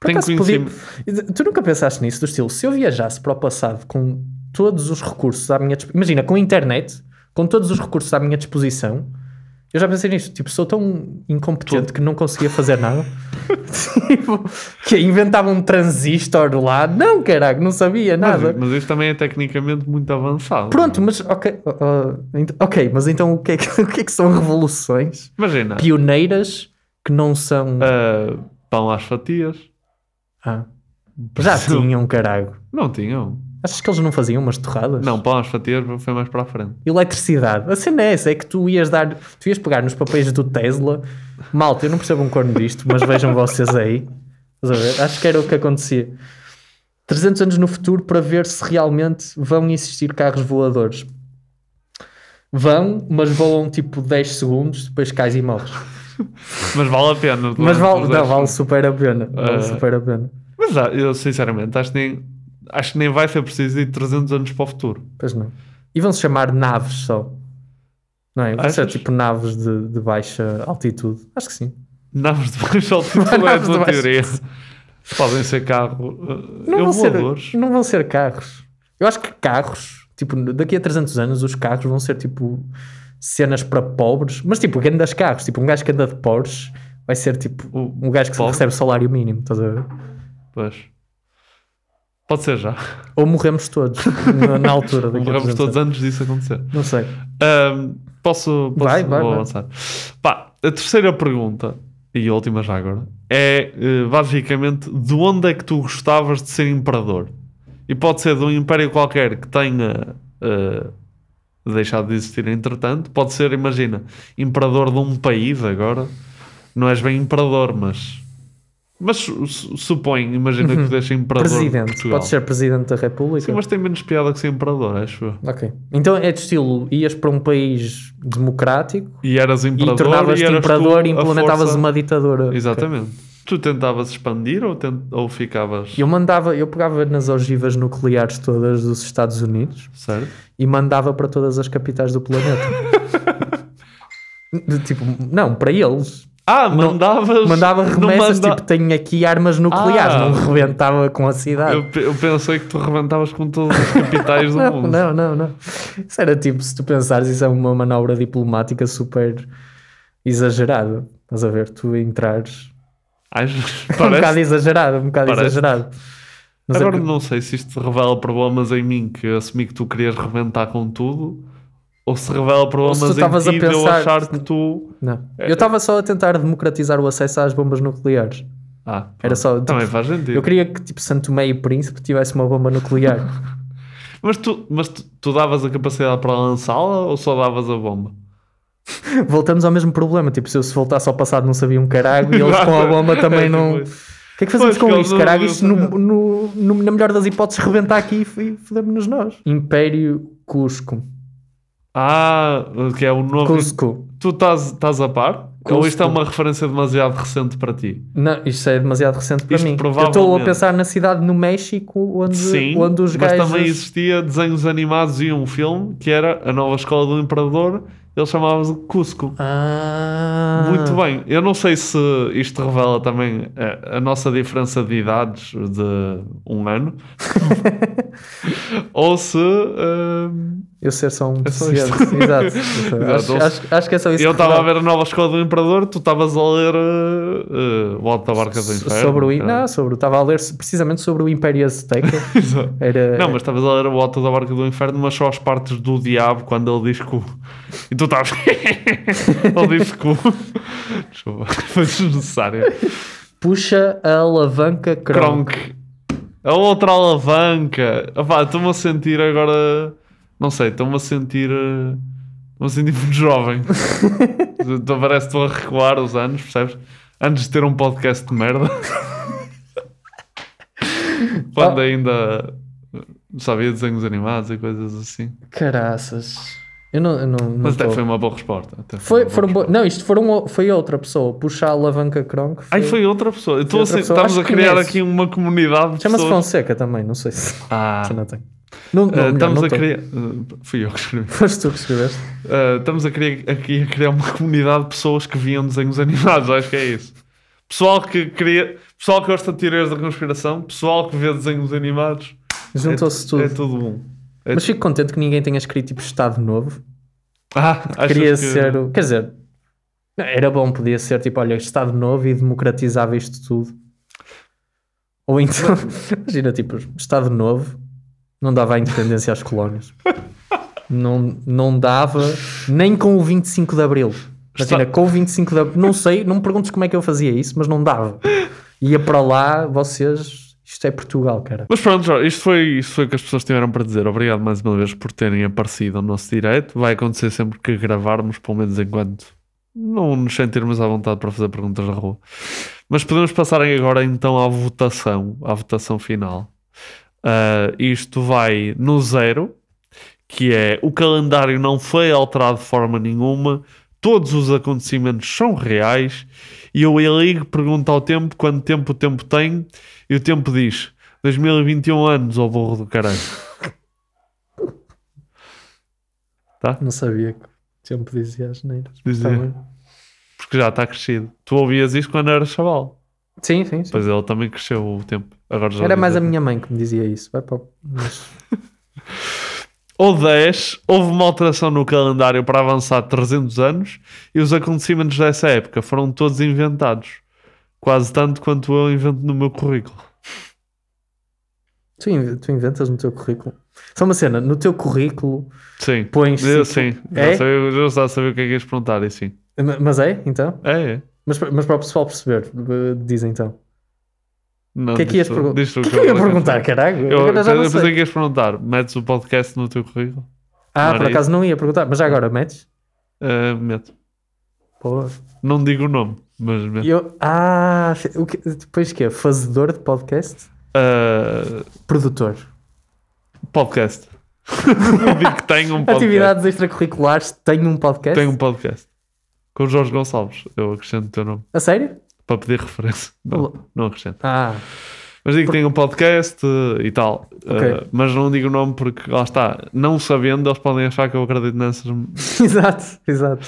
Speaker 10: Por
Speaker 9: Tem
Speaker 10: acaso
Speaker 9: conhecimento.
Speaker 10: podia- Tu nunca pensaste nisso, do estilo, se eu viajasse para o passado com todos os recursos à minha disposição, imagina, com a internet, com todos os recursos à minha disposição, eu já pensei nisto, tipo, sou tão incompetente que não conseguia fazer nada, tipo, que inventava um transistor lá, não, caralho, não sabia
Speaker 9: Mas,
Speaker 10: nada.
Speaker 9: mas isto também é tecnicamente muito avançado.
Speaker 10: Pronto, mas ok, ah, ah, ent- ok, mas então o que, é que, o que é que são revoluções
Speaker 9: Imagina.
Speaker 10: pioneiras que não são...
Speaker 9: ah, pão às fatias.
Speaker 10: Ah, já tinham, caralho.
Speaker 9: Não tinham.
Speaker 10: Achas que eles não faziam umas torradas?
Speaker 9: Não, pão às fatias foi mais para a frente.
Speaker 10: Eletricidade. A cena é essa, é que tu ias dar, tu ias pegar nos papéis do Tesla. Malta, eu não percebo um corno disto, mas vejam vocês aí. Estás a ver? Acho que era o que acontecia. 300 anos no futuro para ver se realmente vão existir carros voadores. Vão, mas voam tipo 10 segundos, depois cais e morres.
Speaker 9: Mas vale a pena. um
Speaker 10: Mas vale,
Speaker 9: Os
Speaker 10: não,
Speaker 9: dois-
Speaker 10: vale super a pena. Vale
Speaker 9: Ah.
Speaker 10: super a pena.
Speaker 9: Mas ah, eu sinceramente acho que nem, acho que nem vai ser preciso ir 300 anos para o futuro.
Speaker 10: Pois não. E vão-se chamar naves só. Não é? Vão ser
Speaker 9: Achas?
Speaker 10: tipo naves de, de baixa altitude. Acho que sim.
Speaker 9: Naves de baixo altitude é a
Speaker 10: Naves de
Speaker 9: tua
Speaker 10: baixo-
Speaker 9: teoria. Podem ser carro. ah,
Speaker 10: Não
Speaker 9: eu
Speaker 10: vão, ser,
Speaker 9: voadores.
Speaker 10: não vão ser carros. Eu acho que carros, tipo, daqui a 300 anos, os carros vão ser tipo cenas para pobres, mas tipo, grandes carros. Tipo, um gajo que anda de Porsche vai ser tipo um gajo que
Speaker 9: pobre?
Speaker 10: recebe salário mínimo, estás a ver?
Speaker 9: Pois. Pode ser já.
Speaker 10: Ou morremos todos na, na altura daqui a
Speaker 9: Morremos
Speaker 10: 300
Speaker 9: todos
Speaker 10: anos.
Speaker 9: antes disso acontecer.
Speaker 10: Não sei.
Speaker 9: Ahm, posso, posso
Speaker 10: Vai, vai,
Speaker 9: vou
Speaker 10: vai.
Speaker 9: avançar? Pá, a terceira pergunta, e a última já agora, é eh, basicamente de onde é que tu gostavas de ser imperador? E pode ser de um império qualquer que tenha eh, deixado de existir entretanto, pode ser, imagina, imperador de um país agora. Não és bem imperador, mas. Mas su- su- supõe, imagina
Speaker 10: Uhum.
Speaker 9: que deixa imperador. de
Speaker 10: Presidente,
Speaker 9: Portugal.
Speaker 10: pode ser presidente da República.
Speaker 9: Sim, mas tem menos piada que ser imperador, acho eu.
Speaker 10: Ok. Então é de estilo, ias para um país democrático
Speaker 9: E eras imperador.
Speaker 10: e tornavas-te
Speaker 9: eras
Speaker 10: imperador
Speaker 9: tu
Speaker 10: e
Speaker 9: a
Speaker 10: implementavas
Speaker 9: força-
Speaker 10: uma ditadura.
Speaker 9: Exatamente. Tu tentavas expandir ou, tent... ou ficavas.
Speaker 10: Eu mandava, eu pegava nas ogivas nucleares todas dos Estados Unidos
Speaker 9: Certo?
Speaker 10: e mandava para todas as capitais do planeta. De tipo, não, para eles.
Speaker 9: Ah, mandavas.
Speaker 10: Mandava
Speaker 9: não
Speaker 10: remessas,
Speaker 9: manda-
Speaker 10: tipo, tenho aqui armas nucleares,
Speaker 9: Ah.
Speaker 10: não rebentava com a cidade.
Speaker 9: Eu, pe- eu pensei que tu rebentavas com todas as capitais do
Speaker 10: ah. Não,
Speaker 9: mundo.
Speaker 10: não, não, não. Isso era tipo, se tu pensares, isso é uma manobra diplomática super exagerada. Estás a ver? Tu entrares.
Speaker 9: Ai,
Speaker 10: Um bocado é
Speaker 9: parece-
Speaker 10: exagerado, um bocado
Speaker 9: parece.
Speaker 10: exagerado. Não sei
Speaker 9: Agora
Speaker 10: porque-
Speaker 9: não sei se isto revela problemas em mim que eu assumi que tu querias reventar com tudo ou se revela problemas
Speaker 10: Ou se tu
Speaker 9: em
Speaker 10: estavas
Speaker 9: ti
Speaker 10: a
Speaker 9: de eu
Speaker 10: pensar-
Speaker 9: achar que tu.
Speaker 10: Não.
Speaker 9: É.
Speaker 10: Eu estava só a tentar democratizar o acesso às bombas nucleares.
Speaker 9: Ah,
Speaker 10: Era só. tipo,
Speaker 9: Também faz sentido.
Speaker 10: Eu queria que, tipo, Santo Tomé e Príncipe tivesse uma bomba nuclear.
Speaker 9: Mas, tu, mas tu, tu davas a capacidade para lançá-la ou só davas a bomba?
Speaker 10: Voltamos ao mesmo problema. Tipo, se eu se voltasse ao passado não sabia um carago e eles com a bomba também não.
Speaker 9: É,
Speaker 10: O
Speaker 9: tipo isso.
Speaker 10: que é que fazemos
Speaker 9: Pois, que
Speaker 10: com
Speaker 9: eles não-
Speaker 10: isto, carago?
Speaker 9: não
Speaker 10: Isto, no, no- no- na melhor das hipóteses, rebenta aqui e f- e fodemos-nos nós. Império Cusco.
Speaker 9: Ah, que é o novo.
Speaker 10: Cusco.
Speaker 9: Tu estás, estás a par? Ou isto é
Speaker 10: Cusco.
Speaker 9: uma referência demasiado recente para ti?
Speaker 10: Não, isto é demasiado recente para
Speaker 9: Isto
Speaker 10: mim. Eu estou a
Speaker 9: provavelmente.
Speaker 10: pensar na cidade no México onde,
Speaker 9: Sim,
Speaker 10: onde os
Speaker 9: mas
Speaker 10: gajos.
Speaker 9: também existia desenhos animados e um filme que era A Nova Escola do Imperador Ele chamava-se Cusco.
Speaker 10: Ah.
Speaker 9: Muito bem. Eu não sei se isto revela também eh, a, a nossa diferença de idades de um ano. Ou se. hum,
Speaker 10: Eu ser só um
Speaker 9: É só isto.
Speaker 10: deficiente. Exato.
Speaker 9: Exato.
Speaker 10: Acho, acho- acho que é só isso.
Speaker 9: eu
Speaker 10: que
Speaker 9: estava a
Speaker 10: revela.
Speaker 9: ver a nova escola do Imperador, tu estavas a ler uh, uh, O Alto da Barca do Inferno.
Speaker 10: Sobre o.
Speaker 9: caralho.
Speaker 10: Não, sobre, estava a ler precisamente sobre o Império Azteca. Era,
Speaker 9: Não, mas estavas a ler o Alto da Barca do Inferno, mas só as partes do diabo quando ele diz que o. E tu estavas. ele diz que o. Desculpa, foi desnecessário.
Speaker 10: Puxa a alavanca Kronk.
Speaker 9: Kronk. A outra alavanca. Opá, estou-me a sentir agora. Não sei, estou-me a sentir. eh, Estou-me a sentir muito jovem. Estou- Parece que estou a recuar os anos, percebes? Antes de ter um podcast de merda. Quando ainda sabia desenhos animados e coisas assim.
Speaker 10: Caraças. Eu não. eu não, não
Speaker 9: Mas até
Speaker 10: tô.
Speaker 9: foi uma boa resposta. até
Speaker 10: Foi-
Speaker 9: uma boa
Speaker 10: foram bo- Não, isto foram, foi outra pessoa. Puxa a alavanca Kronk.
Speaker 9: Ai, foi outra pessoa. Eu tô
Speaker 10: Foi
Speaker 9: a
Speaker 10: outra
Speaker 9: ser-
Speaker 10: pessoa.
Speaker 9: Estamos
Speaker 10: Acho
Speaker 9: a
Speaker 10: que
Speaker 9: criar
Speaker 10: conheces.
Speaker 9: aqui uma comunidade de
Speaker 10: Chama-se
Speaker 9: pessoas.
Speaker 10: Fonseca também, não sei se.
Speaker 9: Ah.
Speaker 10: se não tem. Não, não,
Speaker 9: Eh,
Speaker 10: melhor,
Speaker 9: estamos
Speaker 10: não
Speaker 9: a
Speaker 10: tem.
Speaker 9: criar. eh, fui eu que escrevi.
Speaker 10: Foste tu que escreveste.
Speaker 9: Eh, estamos a criar, aqui a criar uma comunidade de pessoas que viam desenhos animados, acho que é isso. Pessoal que cria, pessoal que gosta de teorias da conspiração, pessoal que vê desenhos animados.
Speaker 10: Juntou-se
Speaker 9: É-
Speaker 10: tudo.
Speaker 9: É tudo bom. É
Speaker 10: Mas fico contente que ninguém tenha escrito tipo Estado Novo.
Speaker 9: Ah, achas
Speaker 10: Queria
Speaker 9: que-
Speaker 10: ser. o- Quer dizer, era bom, podia ser tipo, olha, Estado Novo e democratizava isto tudo. Ou então, imagina, tipo, Estado Novo não dava a independência às colónias. Não, não dava, nem com o 25 de Abril. Imagina,
Speaker 9: Está-
Speaker 10: com o 25 de Abril, não sei, não me perguntes como é que eu fazia isso, mas não dava. Ia para lá, vocês, isto é Portugal, cara.
Speaker 9: Mas pronto, Jorge, isto foi, isto foi o que as pessoas tiveram para dizer. Obrigado mais uma vez por terem aparecido ao nosso direito. Vai acontecer sempre que gravarmos, pelo menos enquanto não nos sentirmos à vontade para fazer perguntas na rua. Mas podemos passar agora então à votação, à votação final. Ah, isto vai no zero, que é o calendário não foi alterado de forma nenhuma, todos os acontecimentos são reais, e o E-League pergunta ao tempo quanto tempo o tempo tem, e o tempo diz 2021 anos, ó burro do caralho. tá?
Speaker 10: Não sabia que sempre dizia as neiras. mas
Speaker 9: Dizia.
Speaker 10: tá bem.
Speaker 9: Porque já está crescido. Tu ouvias isto quando era chaval.
Speaker 10: Sim, sim, sim.
Speaker 9: Pois ele também cresceu o tempo. Agora já
Speaker 10: Era
Speaker 9: diz
Speaker 10: mais a
Speaker 9: assim.
Speaker 10: minha mãe que me dizia isso. Vai para o- mas-
Speaker 9: Ou 10, houve uma alteração no calendário para avançar 300 anos e os acontecimentos dessa época foram todos inventados. Quase tanto quanto eu invento no meu currículo.
Speaker 10: tu, inve- tu inventas no teu currículo. Só uma cena, no teu currículo
Speaker 9: Sim.
Speaker 10: pões.
Speaker 9: eu,
Speaker 10: tipo-
Speaker 9: sim.
Speaker 10: É?
Speaker 9: Já sabia, eu já sabia o que é que ias perguntar e sim.
Speaker 10: Ma- Mas é, então?
Speaker 9: É, é.
Speaker 10: Mas, pa- mas para o pessoal perceber, eh, diz então.
Speaker 9: Não,
Speaker 10: O que é que
Speaker 9: diz
Speaker 10: ias
Speaker 9: tu-
Speaker 10: perguntar?
Speaker 9: diz tu
Speaker 10: O que é que eu ia
Speaker 9: agora-
Speaker 10: perguntar, caralho?
Speaker 9: Eu,
Speaker 10: Agora já não
Speaker 9: eu pensei
Speaker 10: sei.
Speaker 9: que ias perguntar. Metes o podcast no teu currículo?
Speaker 10: Ah,
Speaker 9: Não
Speaker 10: por
Speaker 9: era
Speaker 10: acaso não ia perguntar, mas já agora metes?
Speaker 9: isso? Ah, meto.
Speaker 10: Pô.
Speaker 9: Não digo o nome, mas meto.
Speaker 10: E Eu, ah, fi- o que, depois que é? Fazedor de podcast?
Speaker 9: Ah,
Speaker 10: Produtor.
Speaker 9: podcast. Digo que tenho um podcast.
Speaker 10: Atividades extracurriculares, tenho um podcast?
Speaker 9: Tenho um podcast. Com o Jorge Gonçalves. Eu acrescento o teu nome.
Speaker 10: A sério?
Speaker 9: Para pedir referência. Não,
Speaker 10: Olá.
Speaker 9: não acrescento.
Speaker 10: Ah,
Speaker 9: Mas digo que tenho um podcast eh, e tal. Eh,
Speaker 10: Ok.
Speaker 9: mas não digo o nome porque, lá está, não sabendo, eles podem achar que eu acredito nessas.
Speaker 10: exato, exato.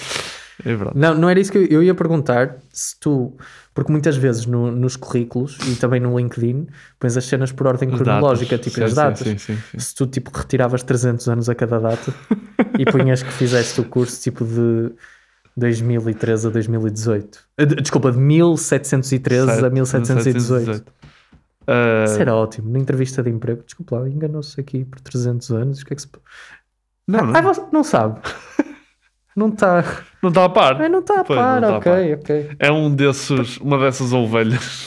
Speaker 9: É verdade.
Speaker 10: Não, não era isso que eu, eu ia perguntar se tu, porque muitas vezes no- nos currículos e também no LinkedIn pões as cenas por ordem
Speaker 9: As
Speaker 10: cronológica,
Speaker 9: datas.
Speaker 10: tipo
Speaker 9: Sim,
Speaker 10: as
Speaker 9: sim,
Speaker 10: datas.
Speaker 9: sim, sim, sim.
Speaker 10: Se tu tipo retiravas 300 anos a cada data e punhas que fizeste o curso tipo de 2013 a 2018. Eh, de- Desculpa, de 1713 a
Speaker 9: Sete-
Speaker 10: 1718.
Speaker 9: 1718. Eh,
Speaker 10: Isso era ótimo, na entrevista de emprego. Desculpa lá, enganou-se aqui por 300 anos. O que é que se...
Speaker 9: Não, não.
Speaker 10: Ah, você não sabe. Não está.
Speaker 9: Não está a par.
Speaker 10: Ah, não está a
Speaker 9: Pois, não tá,
Speaker 10: par,
Speaker 9: está a
Speaker 10: ok,
Speaker 9: par.
Speaker 10: ok.
Speaker 9: É um desses, uma dessas ovelhas.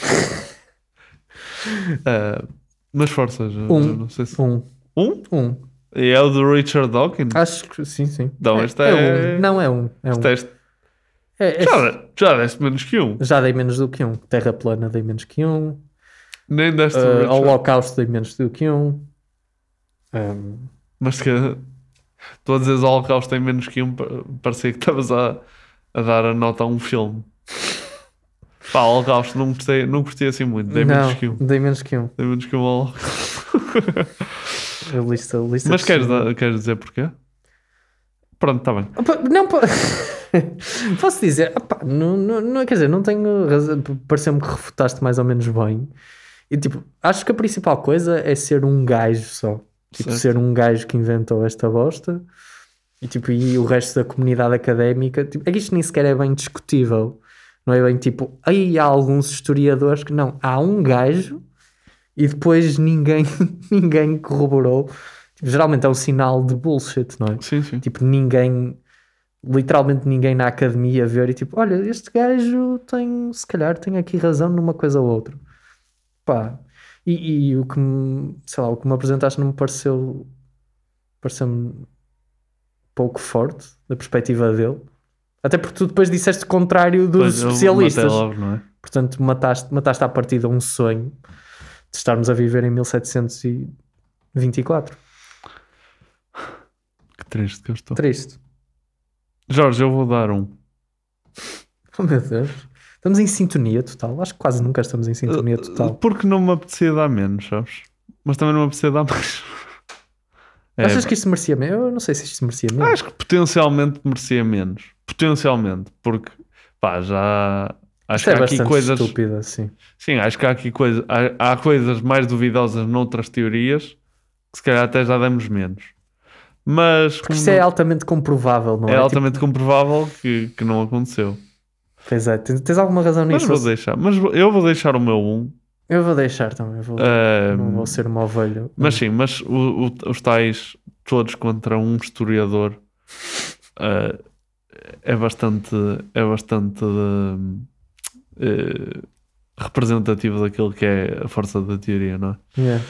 Speaker 9: Eh, mas forças, eu
Speaker 10: Um.
Speaker 9: não sei se.
Speaker 10: Um.
Speaker 9: Um?
Speaker 10: Um.
Speaker 9: E é o do Richard Dawkins?
Speaker 10: Acho que sim, sim.
Speaker 9: Não, este é.
Speaker 10: um. Não é um. É um.
Speaker 9: Este é este-
Speaker 10: É- é-
Speaker 9: Já, de- já deste menos que um.
Speaker 10: Já dei menos do que um. Terra plana dei menos que um.
Speaker 9: Nem deste
Speaker 10: Ah,
Speaker 9: o Richard.
Speaker 10: Holocausto dei menos do que um. Ahm,
Speaker 9: Mas que. Tu a dizeres o Holocausto tem menos que um, pa- parecia que estavas a, a dar a nota a um filme. Pá, Holocausto não gostei, não gostei assim muito. Dei
Speaker 10: não,
Speaker 9: menos que um.
Speaker 10: dei menos que um.
Speaker 9: Dei menos que um ao Holocausto.
Speaker 10: A lista, a lista
Speaker 9: Mas
Speaker 10: de
Speaker 9: queres,
Speaker 10: cinema.
Speaker 9: dar- queres dizer porquê? Pronto, está bem.
Speaker 10: Opa, Não, po- posso dizer, opá, não, não, não- quer dizer, não tenho razão, pareceu-me que refutaste mais ou menos bem. E tipo, acho que a principal coisa é ser um gajo só. Tipo,
Speaker 9: Certo.
Speaker 10: ser um gajo que inventou esta bosta. E tipo, e o resto da comunidade académica, tipo, é que isto nem sequer é bem discutível. Não é bem tipo, aí há alguns historiadores que não, há um gajo e depois ninguém, ninguém corroborou. Tipo, geralmente é um sinal de bullshit, não é?
Speaker 9: Sim, sim.
Speaker 10: Tipo, ninguém, literalmente ninguém na academia ver e tipo, olha, este gajo tem, se calhar tem aqui razão numa coisa ou outra. Pá. E, e o que me, sei lá, o que me apresentaste não me pareceu, pareceu-me pouco forte da perspectiva dele. Até porque tu depois disseste o contrário dos
Speaker 9: Pois, eu
Speaker 10: especialistas.
Speaker 9: matei logo, não é?
Speaker 10: Portanto, mataste, mataste à partida um sonho de estarmos a viver em 1724.
Speaker 9: Que triste que eu estou.
Speaker 10: Triste.
Speaker 9: Jorge, eu vou dar um.
Speaker 10: Oh, meu Deus. Estamos em sintonia total. Acho que quase nunca estamos em
Speaker 9: Uh,
Speaker 10: sintonia total.
Speaker 9: Porque não me apetecia dar menos, sabes? Mas também não me apetecia dar mais. É,
Speaker 10: Achas que isto merecia mesmo? Eu não sei se isto merecia mesmo.
Speaker 9: Acho que potencialmente merecia menos. Potencialmente, porque pá, já acho
Speaker 10: Isto é
Speaker 9: que há aqui
Speaker 10: bastante
Speaker 9: coisas.
Speaker 10: estúpido, assim. sim.
Speaker 9: Sim, acho que há aqui coisas. Há, há coisas mais duvidosas noutras teorias que se calhar até já demos menos. Mas
Speaker 10: Porque isto é altamente comprovável, não é?
Speaker 9: é altamente comprovável que, que não aconteceu.
Speaker 10: Tipo, pois é, tens, tens alguma razão
Speaker 9: Mas
Speaker 10: nisso?
Speaker 9: vou deixar. Mas vou- eu vou deixar o meu 1.
Speaker 10: Eu vou deixar também. eu Vou,
Speaker 9: Ah,
Speaker 10: não vou ser uma ovelha.
Speaker 9: Mas sim, mas o- o- os tais todos contra um historiador ah, é bastante, é bastante eh, representativo daquilo que é a força da teoria, não é?
Speaker 10: Yeah.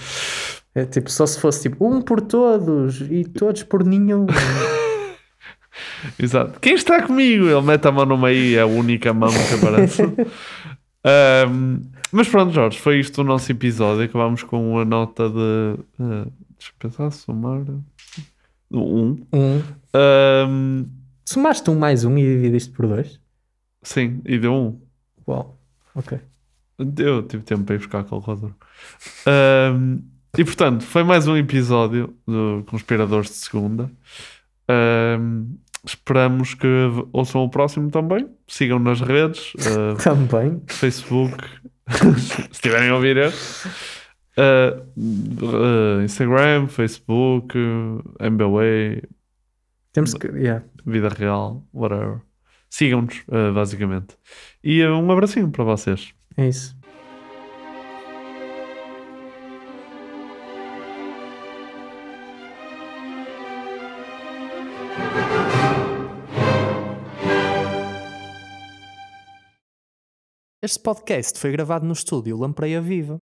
Speaker 10: É tipo, só se fosse tipo um por todos e todos por nenhum.
Speaker 9: Exato. Quem está comigo? Ele mete a mão no meio, é a única mão que aparece. Ahm, mas pronto, Jorge, foi isto o nosso episódio. Acabámos com uma nota de. ah, deixa eu pensar, somar. Um.
Speaker 10: Um.
Speaker 9: Ahm,
Speaker 10: Somaste um mais um e dividiste por dois?
Speaker 9: sim, e deu um.
Speaker 10: Uau, ok.
Speaker 9: Eu tive tempo para ir buscar a calculadora. Ahm, e portanto, foi mais um episódio do Conspiradores de Segunda. Ahm, esperamos que ouçam o próximo também. Sigam nas redes. ah,
Speaker 10: Também.
Speaker 9: Facebook. se tiverem a ouvir este. Ah, ah, Instagram, Facebook, MBWay,
Speaker 10: Temos que. Yeah.
Speaker 9: Vida Real, whatever. Sigam-nos, ah, basicamente. E ah, um abracinho para vocês.
Speaker 10: É isso. Este podcast foi gravado no estúdio Lampreia Viva.